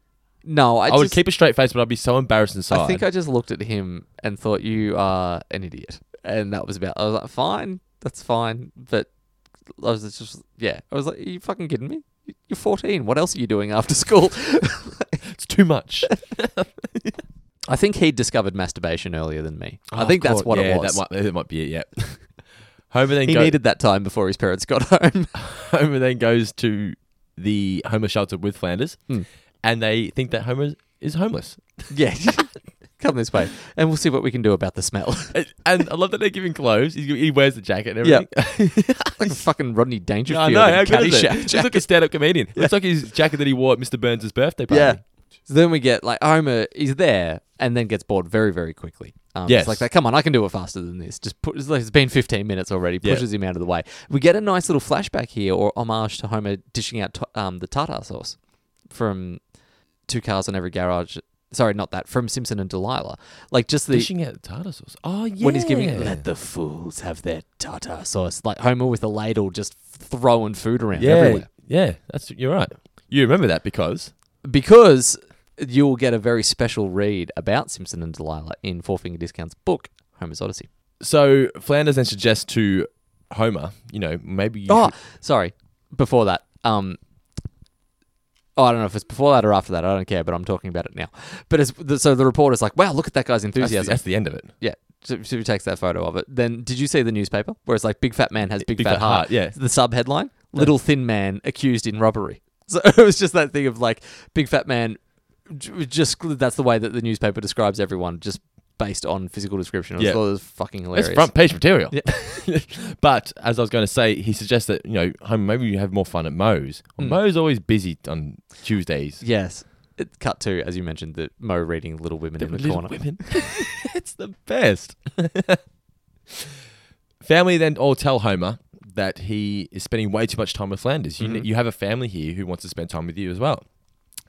no, I, I, would just- keep a straight face, but I'd be so embarrassed inside. I think I just looked at him and thought, "You are an idiot," and that was about. I was like, "Fine, that's fine," but I was just yeah. I was like, Are you fucking kidding me? You're 14. What else are you doing after school? [LAUGHS] It's too much. I think he discovered masturbation earlier than me. I think that's what Oh, Yeah, it was. That might, that might be it. Yeah. [LAUGHS] Homer then he go- needed that time before his parents got home. [LAUGHS] Homer then goes to the Homer shelter with Flanders, Hmm. and they think that Homer is homeless. yeah. [LAUGHS] Come this way, and we'll see what we can do about the [LAUGHS] smell. And- And I love that they give him clothes. He's- He wears the jacket and [LAUGHS] everything. like a fucking Rodney Dangerfield. I know. How in good is it? Caddyshack. He's like a [LAUGHS] stand-up comedian. Looks like his jacket that he wore at Mr. Burns' birthday party. Yeah. So then we get like Homer is there and then gets bored very, very quickly. Um, Yes. It's like that. Come on, I can do it faster than this. Just put. It's, like, it's been 15 minutes already. Yeah. Pushes him out of the way. We get a nice little flashback here, or homage to Homer dishing out t- um, the tartar sauce from Two Cars on Every Garage. Sorry, not that. From Simpson and Delilah. Like just the Fishing out the tartar sauce. Oh yeah. when he's giving it, let the fools have their tartar sauce. Like Homer with a ladle just throwing food around yeah, everywhere. yeah. That's you're right. You remember that because because you'll get a very special read about Simpson and Delilah in Four Finger Discount's book, Homer's Odyssey. so Flanders then suggests to Homer, you know, maybe you Oh, sorry. Before that, um, oh, I don't know if it's before that or after that. I don't care, but I'm talking about it now. But it's the, so the reporter's like, "Wow, look at that guy's that's, the, enthusiasm." that's the end of it. yeah, so, so he takes that photo of it. Then, did you see the newspaper where it's like, "Big fat man has big, fat, heart. yeah. the sub headline: "Little thin man accused in robbery." [LAUGHS] So it was just that thing of like, "Big fat man." j- Just that's the way that the newspaper describes everyone, just based on physical description. I Yeah. thought it was fucking hilarious. It's front page material. [LAUGHS] but as I was going to say, he suggests that you know, Homer, maybe you have more fun at Moe's. Well, Moe's always busy on Tuesdays. Yes. It cut to, as you mentioned, the Mo reading Little Women in the Little corner. women. [LAUGHS] it's the best. [LAUGHS] family then all tell Homer that he is spending way too much time with Flanders. You, you have a family here who wants to spend time with you as well.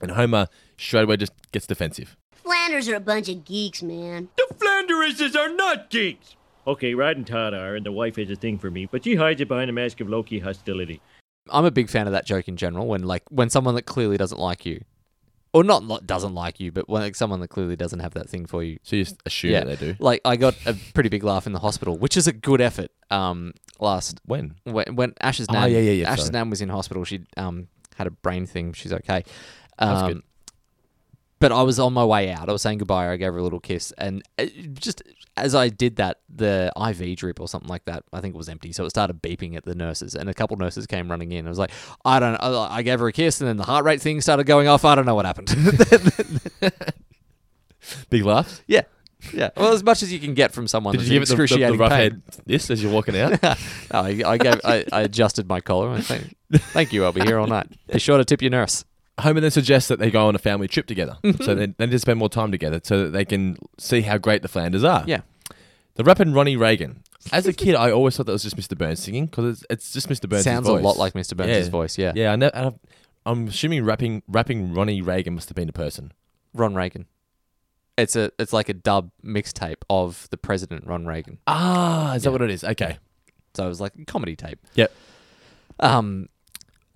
And Homer straight away just gets defensive. Flanders are a bunch of geeks, man. The Flanderesses are not geeks! Okay, Rod and Todd are, and the wife has a thing for me, but she hides it behind a mask of Loki hostility. I'm a big fan of that joke in general. When like when someone that clearly doesn't like you, or not lo- doesn't like you, but when like, someone that clearly doesn't have that thing for you, So you just assume yeah, that they do. Like I got a pretty big laugh in the hospital, which is a good effort. Um, last When? when, when Ash's Ah, nan, yeah, yeah, yeah, Ash's sorry. nan was in hospital. She um had a brain thing. She's okay. Um, That's good. But I was on my way out. I was saying goodbye. I gave her a little kiss, and it, just as I did that, the IV drip or something like that, I think it was empty, so it started beeping at the nurses, and a couple nurses came running in. I was like, I don't. I, I gave her a kiss, and then the heart rate thing started going off. I don't know what happened. [LAUGHS] Big laughs. yeah, yeah. Well, as much as you can get from someone. Did that's you give in it the, the, excruciating the rough pain. head this as you're walking [LAUGHS] out? No, Oh, I, I gave I, I adjusted my collar. I think, thank you. I'll be here all night. Be sure to tip your nurse. Homer then suggests that they go on a family trip together. Mm-hmm. So they, they just spend more time together so that they can see how great the Flanders are. Yeah. The rapping Ronnie Reagan. As a kid, I always thought that was just Mr. Burns singing because it's, it's just Mr. Burns. Sounds a lot like Mr. Burns' voice, yeah. Yeah. I know, and I've- I'm assuming rapping rapping Ronnie Reagan must have been a person. Ron Reagan. It's a it's like a dub mixtape of the president Ron Reagan. Ah, is that what it is? Okay. So it was like a comedy tape. Yep. Um,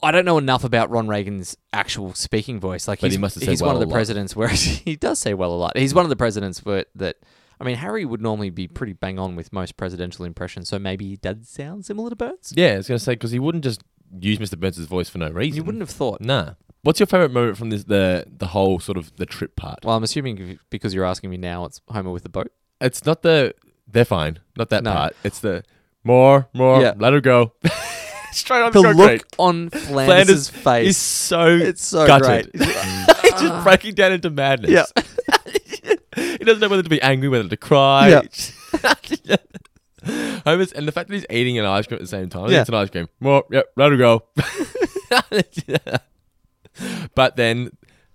I don't know enough about Ron Reagan's actual speaking voice. Like But he he's, must have said he's one well of a the lot. presidents where [LAUGHS] he does say well a lot. He's one of the presidents where that. I mean, Harry would normally be pretty bang on with most presidential impressions, so maybe he does sound similar to Burns. Yeah, I was gonna say because he wouldn't just use Mr. Burns' voice for no reason. You wouldn't have thought. Nah. What's your favorite moment from this the the whole sort of the trip part? Well, I'm assuming if- because you're asking me now, it's Homer with the boat. It's not the they're fine. Not that No. part. It's the more, more. Yeah. Let her go. [LAUGHS] Straight on The go look great. on [LAUGHS] Flanders Flanders' is face. so It's so gutted. great. [LAUGHS] Ah. He's just breaking down into madness. [LAUGHS] he doesn't know whether to be angry, whether to cry. Homer's, and the fact that he's eating an ice cream at the same time. Yeah. It's an ice cream. Well, yep, let her go. [LAUGHS] But then,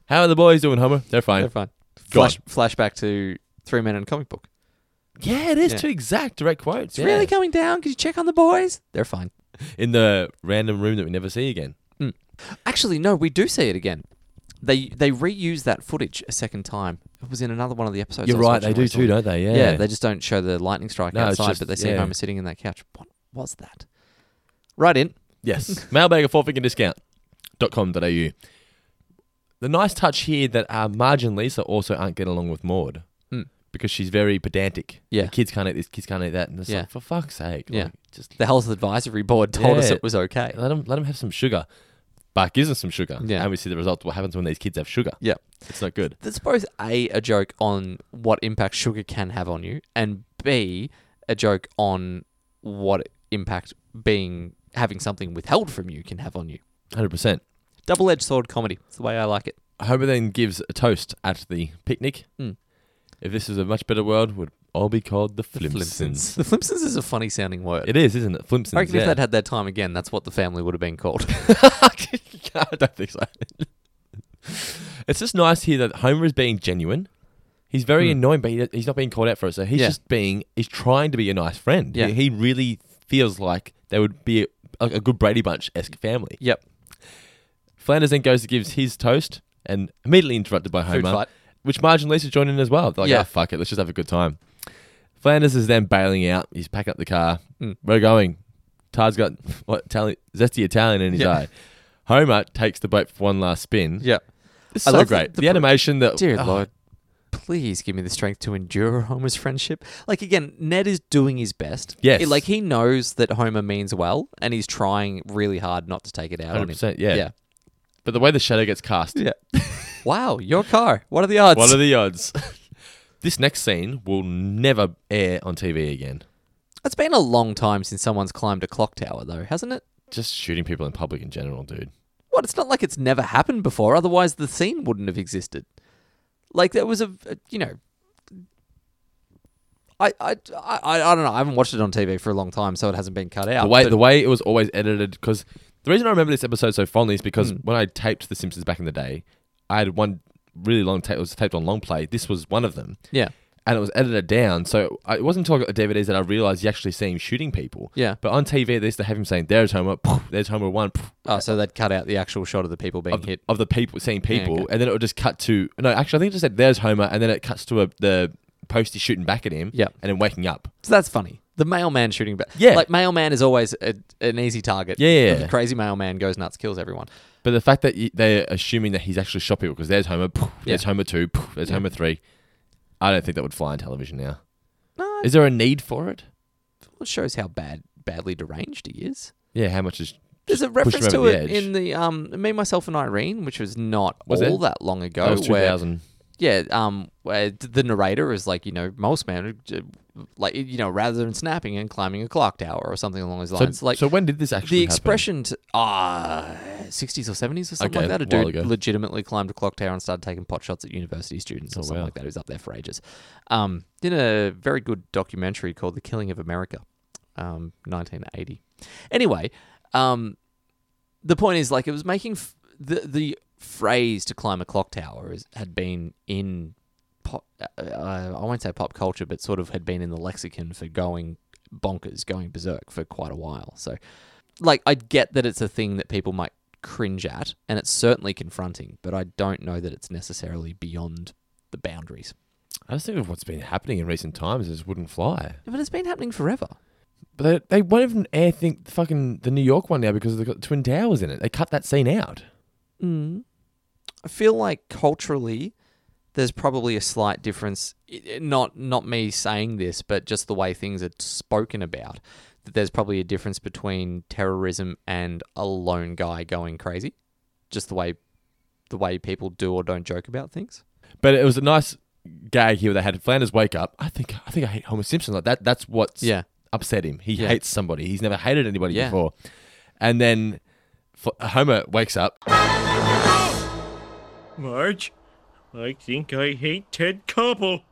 how are the boys doing, Homer? They're fine. They're fine. Gone. Flash, flashback to Three Men and a Comic Book. Yeah, it is Yeah. two exact direct quotes. It's really yeah. coming down. Could you check on the boys? They're fine. In the random room that we never see again. Actually, no, we do see it again. They they reuse that footage a second time. It was in another one of the episodes. I You're was right. They watching do too, recently. don't they? Yeah. Yeah. they just don't show the lightning strike No, it's outside, just- but they see yeah. Homer sitting in that couch. What was that? Right in. Yes. [LAUGHS] Mailbag at fourfingerdiscount.com.au. The nice touch here that uh, Marge and Lisa also aren't getting along with Maud because she's very pedantic. Hmm. Yeah. The kids can't eat this, kids can't eat that. And it's Yeah. like, for fuck's sake. Yeah. like, Just The health advisory board told us Yeah. Uh, it was okay. let them let them have some sugar. But gives them some sugar, Yeah. and we see the result. What happens when these kids have sugar? Yeah. It's not good. That's both A, a joke on what impact sugar can have on you, and B, a joke on what impact being having something withheld from you can have on you. Hundred percent. Double edged sword comedy. It's the way I like it. Homer then gives a toast at the picnic. Mm. If this was a much better world, would all be called the Flimpsons. Flimpsons. [LAUGHS] The Flimpsons is a funny sounding word. It is, isn't it? Flimpsons. I reckon yeah. if they'd had their time again, that's what the family would have been [LAUGHS] called. I don't think so. it's just nice here that Homer is being genuine. He's very annoying, but he, he's not being called out for it. So he's Hmm. Yeah. just being, he's trying to be a nice friend. Yeah. He, he really feels like they would be a, like a good Brady Bunch esque family. yep. Flanders then goes to give his toast and immediately interrupted by Food Homer, fight. which Marge and Lisa join in as well. They're like, Yeah. yeah, fuck it, let's just have a good time. Flanders is then bailing out. He's packing up the car. Hmm. We're going. Todd's got what Italian, zesty Italian in his Yeah. eye. Homer takes the boat for one last spin. Yep. This I is so love the- great. the The, pr- animation that Dear oh, Lord, please give me the strength to endure Homer's friendship. Like again, Ned is doing his best. Yes. It- like he knows that Homer means well, and he's trying really hard not to take it out on him. 100%, yeah. But the way the shadow gets cast. Yeah. [LAUGHS] wow, your car. What are the odds? What are the odds? [LAUGHS] this next scene will never air on TV again. it's been a long time since someone's climbed a clock tower, though, hasn't it? Just shooting people in public in general, dude. What? It's not like it's never happened before. Otherwise, the scene wouldn't have existed. Like there was a, a- you know. I, I, I, I don't know. I haven't watched it on TV for a long time, so it hasn't been cut out. the way but- the way it was always edited because the reason I remember this episode so fondly is because Hmm. when I taped The Simpsons back in the day, I had one really long tape. It was taped on long play. This was one of them. yeah. And it was edited down, so I, it wasn't until I got the DVDs that I realized you actually see him shooting people. Yeah. But on TV, they used to have him saying, "There's Homer, poof, there's Homer one," poof, Oh, so they'd cut out the actual shot of the people being of, hit. of the people seeing people, okay. and then it would just cut to no. Actually, I think it just said, "There's Homer," and then it cuts to a, the postie shooting back at him. Yeah. And then waking up. So that's funny. The mailman shooting back. Yeah. Like, mailman is always a, an easy target. Yeah, yeah, The yeah. crazy mailman goes nuts, kills everyone. But the fact that you, they're assuming that he's actually shot people because there's Homer, poof, there's Yeah. Homer two, poof, there's Homer three. I don't think that would fly on television now. Is there a need for it? It shows how bad, badly deranged he is. Yeah, how much is? There's a push him reference to over the it edge. in the um, Me, Myself, and Irene, which was not Was all it? that long ago. That was two where- thousand. yeah, um, where d- the narrator is like, you know, most man, uh, like you know, rather than snapping and climbing a clock tower or something along those So, lines. like, so when did this actually? the happen? expression to ah sixties or seventies or something Okay, like that. A a while dude ago. legitimately climbed a clock tower and started taking pot shots at university students or something Oh, wow. like that. He was up there for ages. Um, in a very good documentary called "The Killing of America," um, nineteen eighty. Anyway, um, the point is like it was making f- the the phrase to climb a clock tower is, had been in pop, uh, I won't say pop culture, but sort of had been in the lexicon for going bonkers, going berserk for quite a while. So, like, I get that it's a thing that people might cringe at, and it's certainly confronting, but I don't know that it's necessarily beyond the boundaries. I just think of what's been happening in recent times is wouldn't fly. But it's been happening forever. But they, they won't even air think fucking the New York one now because they've got Twin Towers in it. They cut that scene out. I feel like culturally, there's probably a slight difference. i- i- Not not me saying this, but just the way things are spoken about. That there's probably a difference between terrorism and a lone guy going crazy. Just the way, the way people do or don't joke about things. But it was a nice gag here. They had Flanders wake up. I think I think I hate Homer Simpson like that. That's what's Yeah. upset him. He Yeah. hates somebody. He's never hated anybody Yeah. before. And then F- Homer wakes up. Marge, I think I hate Ted Koppel.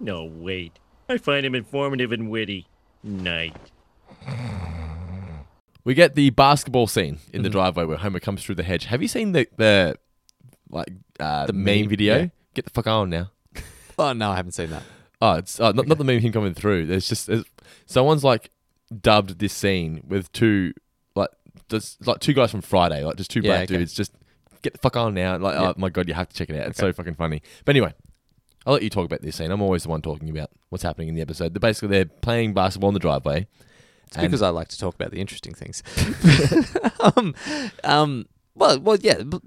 No, wait. I find him informative and witty. Night. We get the basketball scene in Mm-hmm. the driveway where Homer comes through the hedge. Have you seen the the like uh, the meme, meme, video? yeah. Get the fuck on now. Oh no, I haven't seen that. Oh, it's oh, not, not the meme him coming through. There's just there's, someone's like dubbed this scene with two like just like two guys from Friday, like just two Yeah, black okay. dudes. Just get the fuck on now. Like Yeah. oh my god, you have to check it out. It's so fucking funny. But anyway, I'll let you talk about this scene. I'm always the one talking about what's happening in the episode. They're basically they're playing basketball in the driveway. It's because I like to talk about the interesting [LAUGHS] things. [LAUGHS] um, um, well, well, yeah. but-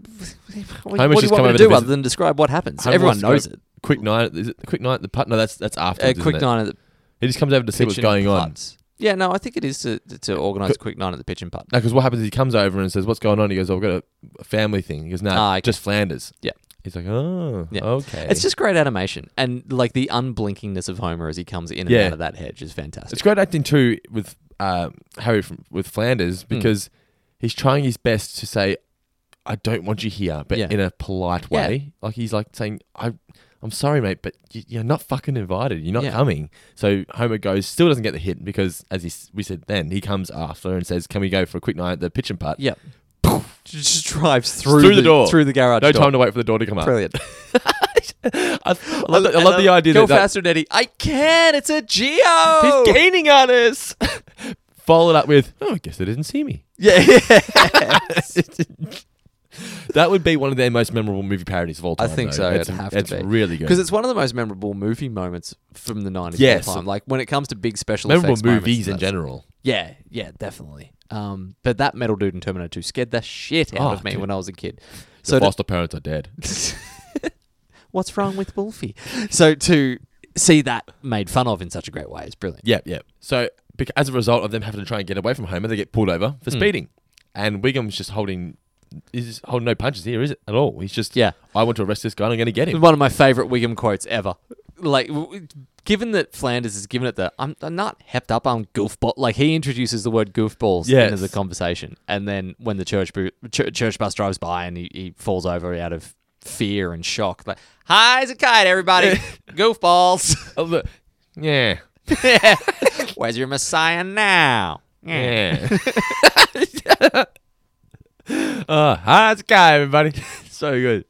What, what Homer's do you want just come me to over to do other visit- than describe what happens? Homer Everyone wants to knows go- it. Quick night. Is it the quick night at the pub? No, that's that's after. A quick nine at the He just comes over to see what's Kitchen going on. Putts. Yeah, no, I think it is to to organise a quick night at the pitch and putt. No, because what happens is he comes over and says, "What's going on?" He goes, "Oh, "I've got a family thing." He goes, "No, Ah, okay. just Flanders." Yeah. He's like, "Oh, Yeah. okay." It's just great animation and like the unblinkingness of Homer as he comes in and Yeah. out of that hedge is fantastic. It's great acting too with uh, Harry from, with Hmm. Flanders because he's trying his best to say, "I don't want you here," but Yeah. in a polite Yeah. way. Like he's like saying, "I, I'm sorry, mate, but you, you're not fucking invited. You're not Yeah. coming." So Homer goes, still doesn't get the hit because, as he, s- we said then, he comes after and says, "Can we go for a quick night at the pitch and putt?" [LAUGHS] Yep. Just drives through, Through the door. through the garage. No door. time to [LAUGHS] wait for the door to come up. Brilliant. uh, I, I love, the, I love the idea Go that, that- faster, Eddie. I can. It's a Geo. He's gaining on us. Followed up with, oh, I guess they didn't see me. yeah. [LAUGHS] That would be one of their most memorable movie parodies of all I time. think though. so. It's, It'd have it's to be. really good. Because it's one of the most memorable movie moments from the 90s Yes. all time. Like when it comes to big special memorable effects moments, movies in that's- general. Yeah, yeah, definitely. Um, but that metal dude in Terminator 2 scared the shit out Oh, of me dude. when I was a kid. So So to- foster parents are [LAUGHS] dead. what's wrong with Wolfie? so to see that made fun of in such a great way is brilliant. yep, yep. So bec- as a result of them having to try and get away from Homer, they get pulled over Hmm. for speeding, and Wiggum's just holding. He's just holding no punches here, is it at all? He's just Yeah. I want to arrest this guy. and I'm going to get him. One of my favorite Wiggum quotes ever. Like, w- w- given that Flanders is given it the I'm, I'm not hepped up on goofball. Like he introduces the word goofballs into Yes. the conversation, and then when the church bu- ch- church bus drives by and he, he falls over out of fear and shock, like high as a kite, everybody, goofballs. [LAUGHS] Oh, look. Yeah, Where's your messiah now? yeah. [LAUGHS] uh, hi, it's Guy, everybody. [LAUGHS] so good.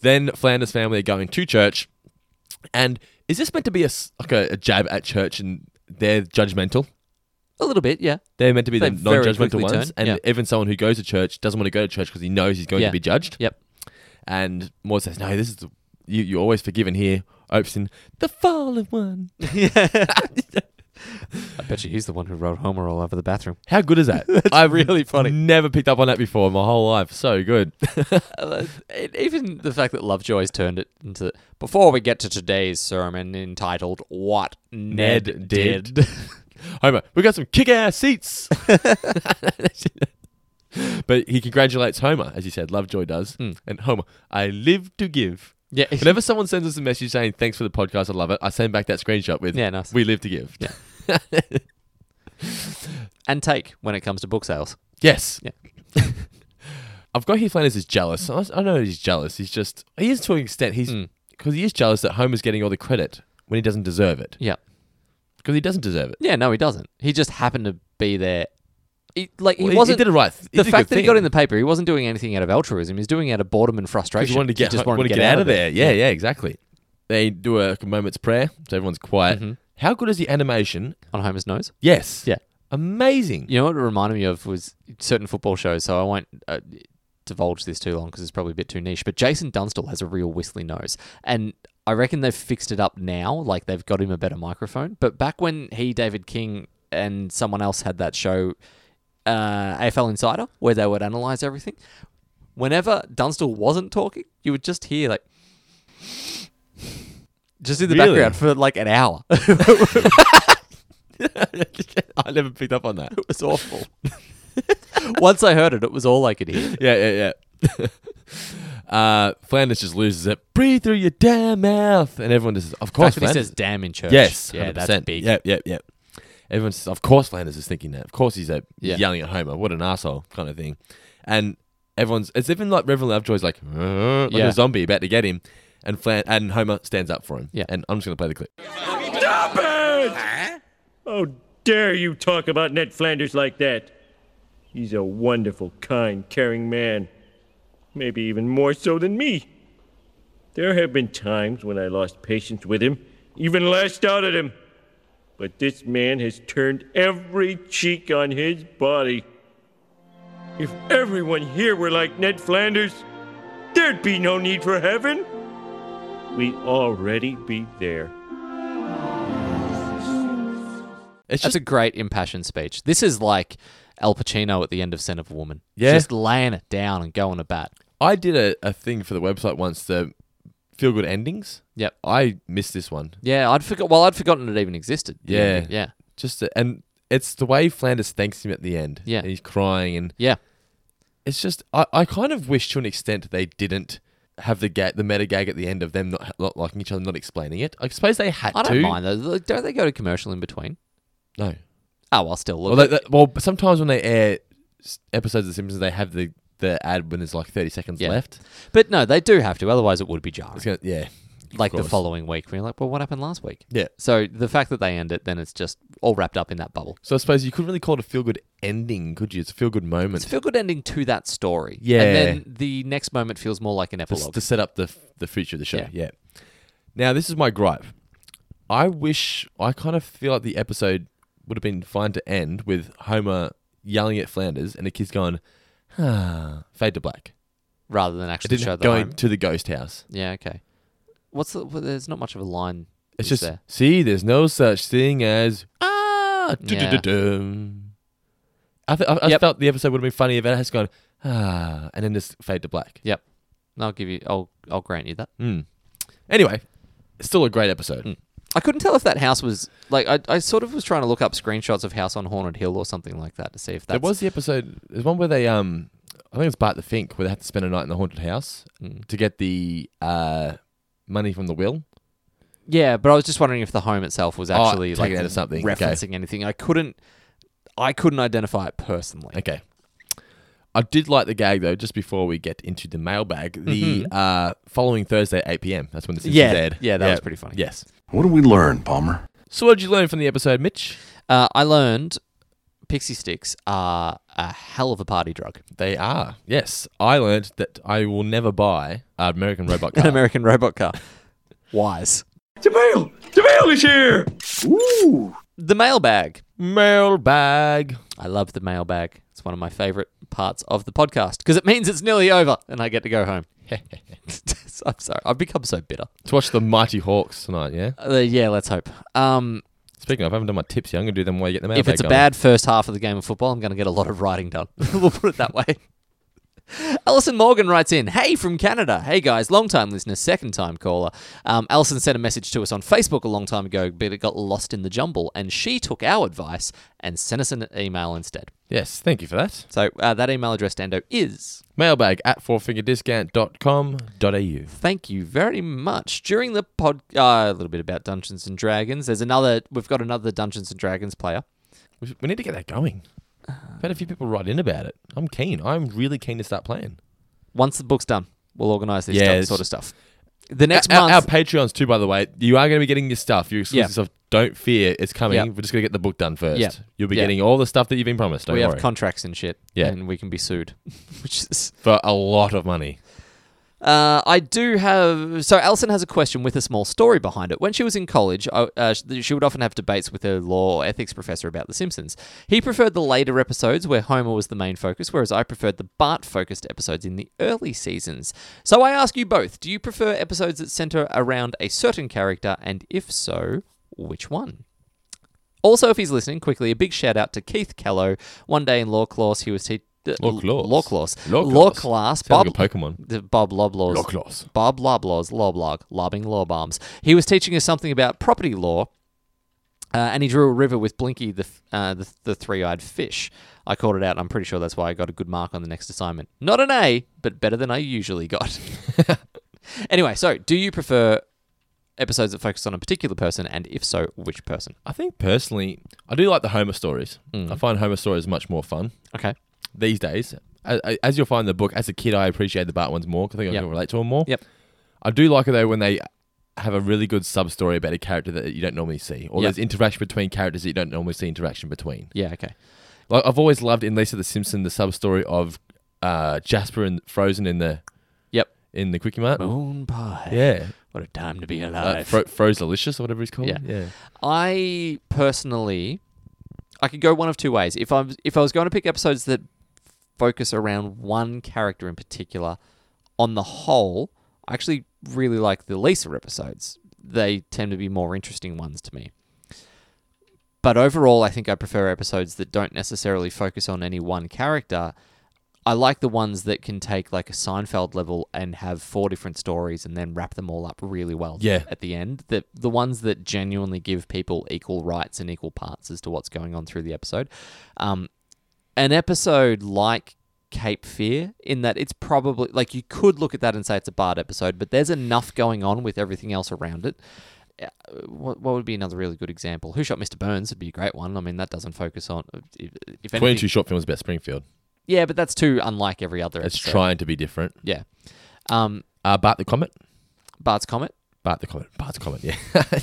Then Flanders family are going to church, and is this meant to be a s- like a, a jab at church and they're judgmental? A little bit, yeah. They're meant to be They the very non-judgmental quickly ones, turn, and yeah. even someone who goes to church doesn't want to go to church because he knows he's going Yeah. to be judged. Yep. And Moore says, "No, this is the, you. You're always forgiven here." Opeson, the fallen one. I bet you he's the one who wrote Homer all over the bathroom. How good is [LAUGHS] that? That's I've really funny. Never picked up on that before in my whole life. So good. it, [LAUGHS] even the fact that Lovejoy's turned it into. Before we get to today's sermon entitled "What Ned, Ned Did,", Did." [LAUGHS] Homer, we got some kick-ass seats. [LAUGHS] but he congratulates Homer, as he said, Lovejoy does, Hmm. and Homer, I live to give. yeah, [LAUGHS] Whenever someone sends us a message saying thanks for the podcast, I love it. I send back that screenshot with Yeah, nice. "We live to give." and take when it comes to book sales. [LAUGHS] Yes. Yeah. [LAUGHS] I've got here. Flanders is jealous. I, I know he's jealous. He's just he is to an extent. He's Hmm. because he is jealous that Homer's getting all the credit when he doesn't deserve it. Yeah, Because he doesn't deserve it. yeah. No, he doesn't. He just happened to be there. He, like he Well, wasn't. He did it right. He the did a fact good that he got thing. in the paper, he wasn't doing anything out of altruism. He was doing it out of boredom and frustration. Because you wanted to get, just ho- wanted to get, out, of there. Yeah, yeah, exactly. They do a moment's prayer, so everyone's quiet. How good is the animation? on Homer's nose. Yes. Yeah. Amazing. You know what it reminded me of was certain football shows, so I won't uh, divulge this too long because it's probably a bit too niche. But Jason Dunstall has a real whistly nose, and I reckon they've fixed it up now. Like they've got him a better microphone. But back when he, David King, and someone else had that show, uh, AFL Insider, where they would analyze everything, whenever Dunstall wasn't talking, you would just hear like. Just in the Really? background for like an [LAUGHS] hour. it I never picked up on that. was awful. [LAUGHS] Once I heard it, it was all I could hear. [LAUGHS] Yeah, yeah, [LAUGHS] yeah. uh, Flanders just loses it. Breathe through your damn mouth, and everyone just, of The fact course, that he Flanders. says damn in church. yes, Yeah, 100%. that's big. Yep, yep, yep. Everyone says, of course, Flanders is thinking that. Of course, he's a Yeah. yelling at Homer. What an asshole kind of thing. And everyone's, it's even like Reverend Lovejoy's like, "Uh," like Yeah. a zombie about to get him, and Flan- and Homer stands up for him. Yeah. and I'm just gonna play the clip. Stop it! How dare you talk about Ned Flanders like that? He's a wonderful, kind, caring man. Maybe even more so than me. There have been times when I lost patience with him, even lashed out at him. But this man has turned every cheek on his body. If everyone here were like Ned Flanders, there'd be no need for heaven. We'd already be there. It's That's just a great impassioned speech. This is like Al Pacino at the end of Son of a Woman. Yeah. Just laying it down and going to bat. I did a, a thing for the website once, the feel good endings. Yep. I missed this one. Yeah, I'd forgot. Well, I'd forgotten it even existed. Yeah. Yeah. Just to, and it's the way Flanders thanks him at the end. Yeah. And he's crying and Yeah. it's just I, I kind of wish to an extent they didn't have the ga- the meta gag at the end of them not, not liking each other, not explaining it. I suppose they had I to. don't mind though. Look, Don't they go to commercial in between? No. Oh, I'll still Well, look. they, they- well, sometimes when they air s- episodes of The Simpsons, they have the, the ad when there's like 30 seconds Yeah. left. but no, they do have to. Otherwise, it would be jarring. It's gonna, yeah. of like the course. following week, we're like, well, what happened last week? Yeah. So the fact that they end it, then it's just all wrapped up in that bubble. So I suppose you couldn't really call it a feel good ending, could you? It's a feel good moment It's a feel good ending to that story. Yeah. And then the next moment feels more like an to, s- epilogue. to set up the, f- the future of the show. Yeah. Yeah. Now, this is my gripe. I wish, I kind of feel like the episode would have been fine to end with Homer yelling at Flanders and the kids going, ah, fade to black. rather than It actually show didn't the go home. to the ghost house. Yeah, okay. What's the. Well, there's not much of a line. It's is just There. see, there's no such thing as ah. Yeah. du-du-du-dum." I, th- I, I Yep. felt the episode would have been funny if it has gone ah, and then just fade to black. Yep. I'll give you. I'll, I'll grant you that. Hmm. Anyway, it's still a great episode. I couldn't tell if that house was. Like, I, I sort of was trying to look up screenshots of House on Haunted Hill or something like that to see if There that's. was the episode. There's one where they um, I think it's Bart the Fink where they had to spend a night in the haunted house Hmm. to get the uh money from the will. Yeah, but I was just wondering if the home itself Oh, was actually taken like out of something. Okay. referencing anything. I couldn't. I couldn't identify it personally. Okay. I did like the gag though. Just before we get into the mailbag, the uh, following Thursday, eight PM. That's when the Simpsons Mm-hmm. Yeah. aired. Yeah, that was pretty funny. Yes. What do we learn, Palmer? So what did you learn from the episode, Mitch? Uh, I learned pixie sticks are a hell of a party drug. They are. Yes, I learned that I will never buy an American robot An [LAUGHS] car. American robot [LAUGHS] car. Wise. The mail! The mail is here! Ooh! The mailbag. mailbag. I love the mailbag. It's one of my favorite parts of the podcast because it means it's nearly over and I get to go [LAUGHS] home. [LAUGHS] I'm sorry. I've become so bitter. To watch the Mighty Hawks tonight. Yeah. Uh, yeah, let's hope. Um, Speaking of, I haven't done my tips yet. I'm gonna do them while you get the mailbag. if it's a going. bad first half of the game of football, I'm going to get a lot of writing done. [LAUGHS] we'll put it that way. [LAUGHS] Alison Morgan writes in, Hey from Canada. Hey guys, long time listener, second time caller. Um, Alison sent a message to us on Facebook a long time ago, but it got lost in the jumble, and she took our advice and sent us an email instead. yes, thank you for that. So uh, that email address, Dando, is Mailbag at fourfingerdiscount.com.au. Thank you very much. During the pod, uh, a little bit about Dungeons and Dragons. There's another. We've got another Dungeons and Dragons player. We we need to get that going. Uh-huh. I've had a few people write in about it. I'm keen. I'm really keen to start playing. Once the book's done, we'll organise this Yes. sort of stuff. The next our, month, our Patreons too, by the way. You are going to be getting your stuff. Your exclusive Yeah. stuff. Don't fear, it's coming. Yeah. We're just going to get the book done first. Yeah. You'll be Yeah. getting all the stuff that you've been promised. Don't we worry. have contracts and shit. Yeah. and we can be sued, [LAUGHS] which is for a lot of money. Uh, I do have. So, Alison has a question with a small story behind it. When she was in college, I- uh, sh- she would often have debates with her law or ethics professor about The Simpsons. He preferred the later episodes where Homer was the main focus, whereas I preferred the Bart focused episodes in the early seasons. So, I ask you both do you prefer episodes that center around a certain character? And if so, which one? Also, if he's listening, quickly, a big shout out to Keith Kello. One day in law class, he was teaching. Law class. Law class. Law Law class. class. Sounds Bob- like a Pokemon. the Bob Loblaw's Law class. Bob Loblaw's Loblog, lobbing law bombs. He was teaching us something about property law, uh, and he drew a river with Blinky the f- uh, the, the three-eyed fish. I called it out, and I'm pretty sure that's why I got a good mark on the next assignment. Not an A, but better than I usually got. [LAUGHS] anyway, so do you prefer episodes that focus on a particular person, and if so, which person? I think personally, I do like the Homer stories. I find Homer stories much more fun Okay. these days. As, as you'll find in the book, as a kid, I appreciate the Bart ones more because I think Yep. I can relate to them more. Yep. I do like it though when they have a really good sub story about a character that you don't normally see, Yep. or there's interaction between characters that you don't normally see interaction between. Yeah. Okay. Like I've always loved in Lisa the Simpson the sub story of uh, Jasper and Frozen in the Yep. in the quickie mart. Moon pie. Yeah, What a time to be uh, alive. Fro- Frozelicious or whatever he's called. Yeah. I personally, I could go one of two ways. If I'm if I was going to pick episodes that focus around one character in particular, on the whole, I actually really like the Lisa episodes. They tend to be more interesting ones to me. But overall, I think I prefer episodes that don't necessarily focus on any one character I like the ones that can take like a Seinfeld level and have four different stories and then wrap them all up really well. Yeah. At the end, the the ones that genuinely give people equal rights and equal parts as to what's going on through the episode. Um, an episode like Cape Fear in that it's probably like you could look at that and say it's a Bard episode, but there's enough going on with everything else around it. Uh, What, what would be another really good example? Who Shot Mr. Burns would be a great one. I mean, that doesn't focus on if, if anything, 22 short films about Springfield. yeah, but that's too unlike every other. It's episode. trying to be different. Yeah. Um, Uh, Bart the Comet. Bart's Comet. Bart the Comet. Bart's Comet, yeah.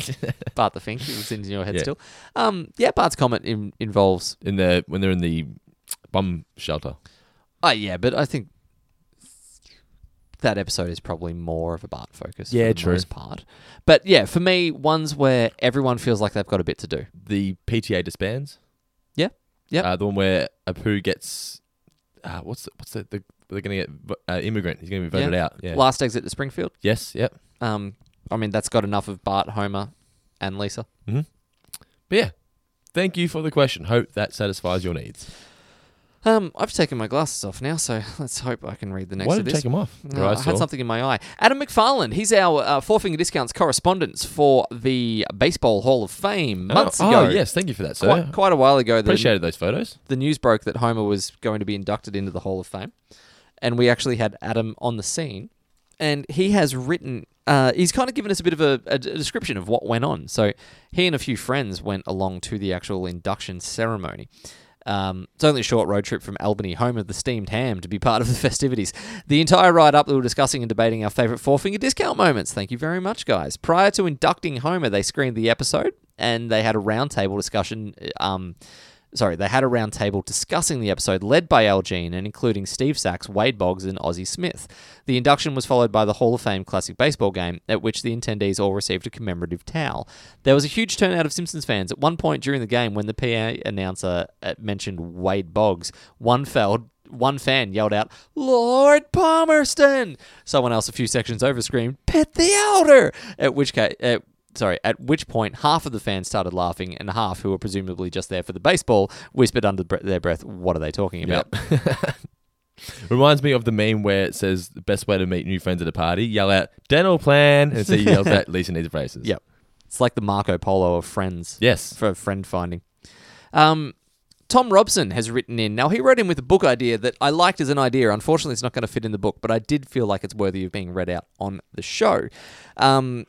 [LAUGHS] Bart the Fink. It's in your head Yeah. still. Um, yeah, Bart's Comet in, involves. in the When they're in the bum shelter. Oh, yeah, but I think that episode is probably more of a Bart focus Yeah, for the true. most part. But yeah, for me, ones where everyone feels like they've got a bit to do. The PTA disbands. Yeah. Yep. Uh, the one where Apu gets. Uh, what's the, what's the, the they're gonna get vo- uh, immigrant. He's gonna be voted yeah. out. Yeah. Last exit to Springfield. yes. Yep. Um, I mean, that's got enough of Bart, Homer, and Lisa. But yeah, thank you for the question. Hope that satisfies your needs. Um, I've taken my glasses off now, so [LAUGHS] let's hope I can read the next. Why of did you this. take 'em off? No, Your I eyes had sore? something in my eye. Adam McFarland, he's our uh, Four Finger Discounts correspondent for the Baseball Hall of Fame months oh, ago. oh, yes. Thank you for that, sir. quite, quite a while ago. The, Appreciated those photos. the news broke that Homer was going to be inducted into the Hall of Fame, and we actually had Adam on the scene, and he has written. Uh, he's kind of given us a bit of a, a d- description of what went on. So he and a few friends went along to the actual induction ceremony. Um, it's only a short road trip from Albany, home of the steamed ham, to be part of the [LAUGHS] festivities. The entire ride up, they were discussing and debating our favourite four finger discount moments. Thank you very much, guys. Prior to inducting Homer, they screened the episode and they had a roundtable discussion. Um, sorry, they had a roundtable discussing the episode, led by Al Jean and including Steve Sachs, Wade Boggs, and Ozzie Smith. The induction was followed by the Hall of Fame Classic Baseball game, at which the attendees all received a commemorative towel. There was a huge turnout of Simpsons fans. At one point during the game, when the PA announcer uh, mentioned Wade Boggs, one fell. One fan yelled out, Lord Palmerston! Someone else a few sections over screamed, Pet the Elder! At which case, uh, sorry, at which point half of the fans started laughing and half, who were presumably just there for the baseball, whispered under bre- their breath, What are they talking about? [LAUGHS] Reminds me of the meme where it says the best way to meet new friends at a party, yell out dental plan and so he [LAUGHS] yells out Lisa needs braces. Yep. It's like the Marco Polo of friends. Yes. For friend finding. Um, Tom Robson has written in. Now, he wrote in with a book idea that I liked as an idea. Unfortunately, it's not going to fit in the book, but I did feel like it's worthy of being read out on the show. Um,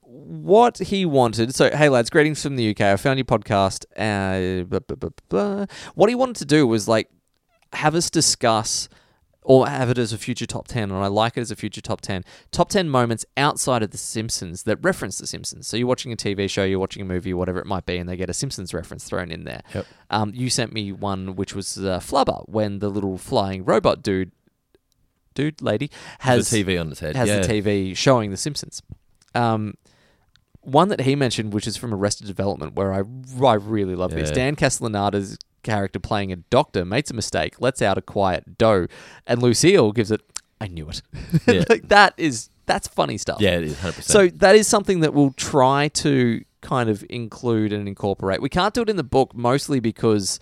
what he wanted. So, hey lads, greetings from the UK. I found your podcast. Uh, blah, blah, blah, blah. What he wanted to do was like have us discuss or have it as a future top 10 and I like it as a future top 10 top 10 moments outside of the Simpsons that reference the Simpsons so you're watching a TV show you're watching a movie whatever it might be and they get a Simpsons reference thrown in there um, you sent me one which was uh, Flubber when the little flying robot dude dude lady The has TV on his head. has yeah. the TV showing The Simpsons. Um, one that he mentioned, which is from Arrested Development, where I, I really love this. Yeah. Dan Castellaneta's character playing a doctor makes a mistake, lets out a quiet doe, and Lucille gives it, I knew it. [LAUGHS] Yeah. like that is, that's funny stuff. Yeah, it is 100%. So that is something that we'll try to kind of include and incorporate. We can't do it in the book mostly because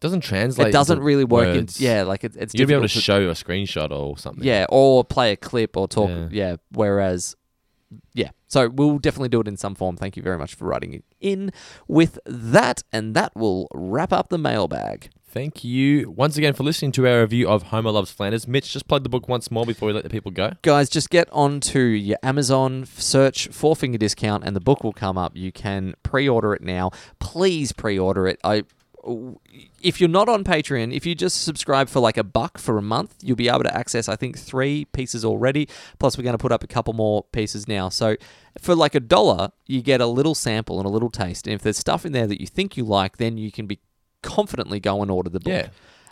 doesn't translate. it doesn't into really work. In, words. yeah, like it, it's You'd be able to difficult to show a screenshot or something. yeah, or play a clip or talk. Yeah. Yeah. Whereas, yeah. So we'll definitely do it in some form. Thank you very much for writing it in with that. And that will wrap up the mailbag. Thank you once again for listening to our review of Homer Loves Flanders. Mitch, just plug the book once more before we let the people go. Guys, just get onto your Amazon, search Four Finger Discount, and the book will come up. You can pre order it now. Please pre order it. I. If you're not on Patreon, if you just subscribe for like a buck for a month, you'll be able to access, I think, three pieces already. Plus, we're going to put up a couple more pieces now. So, for like a dollar, you get a little sample and a little taste. And if there's stuff in there that you think you like, then you can be confidently go and order the book. Yeah.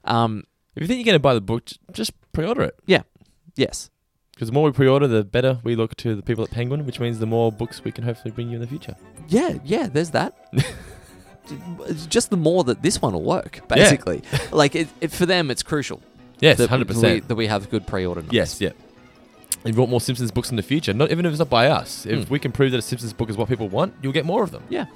Um, If you think you're going to buy the book, j- just pre-order it yeah. Yes. because the more we pre-order, the better we look to the people at Penguin, which means the more books we can hopefully bring you in the future. Yeah, yeah, there's [LAUGHS] that. Just the more that this one will work, basically. like, it, it, for them, it's crucial Yes, that, hundred we, percent. that we have good pre order numbers. Yes, yeah. If you want more Simpsons books in the future, not even if it's not by us, if we can prove that a Simpsons book is what people want, you'll get more of them. Hmm. Yeah.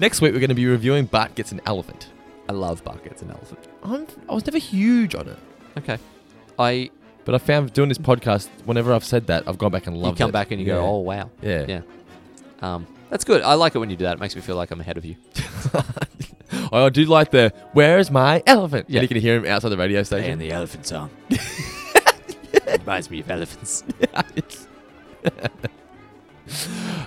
Next week, we're going to be reviewing Bart Gets an Elephant. I love Buckets and Elephant. I'm, I was never huge on it. Okay. I But I found doing this podcast, whenever I've said that, I've gone back and you loved it. come back and you Yeah. go, oh wow. Yeah. Yeah. Um, that's good. I like it when you do that. It makes me feel like I'm ahead of you. Oh, I do like the "Where's my elephant?" Yeah, Yeah. you can hear him outside the radio station. the elephant [LAUGHS] song. Reminds me of elephants.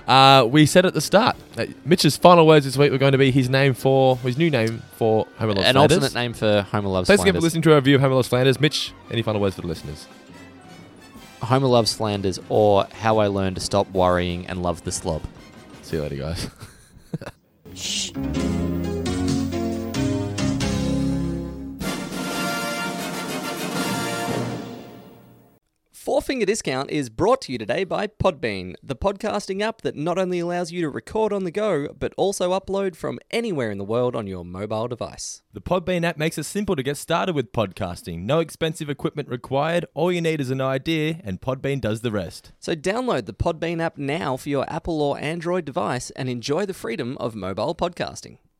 Uh, we said at the start that Mitch's final words this week were going to be his name for his new name for Homer Loves An Flanders. alternate name for Homer Loves Thanks again for Flanders. listening to our review of Homer Loves Flanders. Mitch, any final words for the listeners? Homer Loves Flanders or How I Learned to Stop Worrying and Love the Slob. See you later, guys. [LAUGHS] Four Finger Discount is brought to you today by Podbean, the podcasting app that not only allows you to record on the go, but also upload from anywhere in the world on your mobile device. The Podbean app makes it simple to get started with podcasting. No expensive equipment required. All you need is an idea, and Podbean does the rest. So download the Podbean app now for your Apple or Android device and enjoy the freedom of mobile podcasting.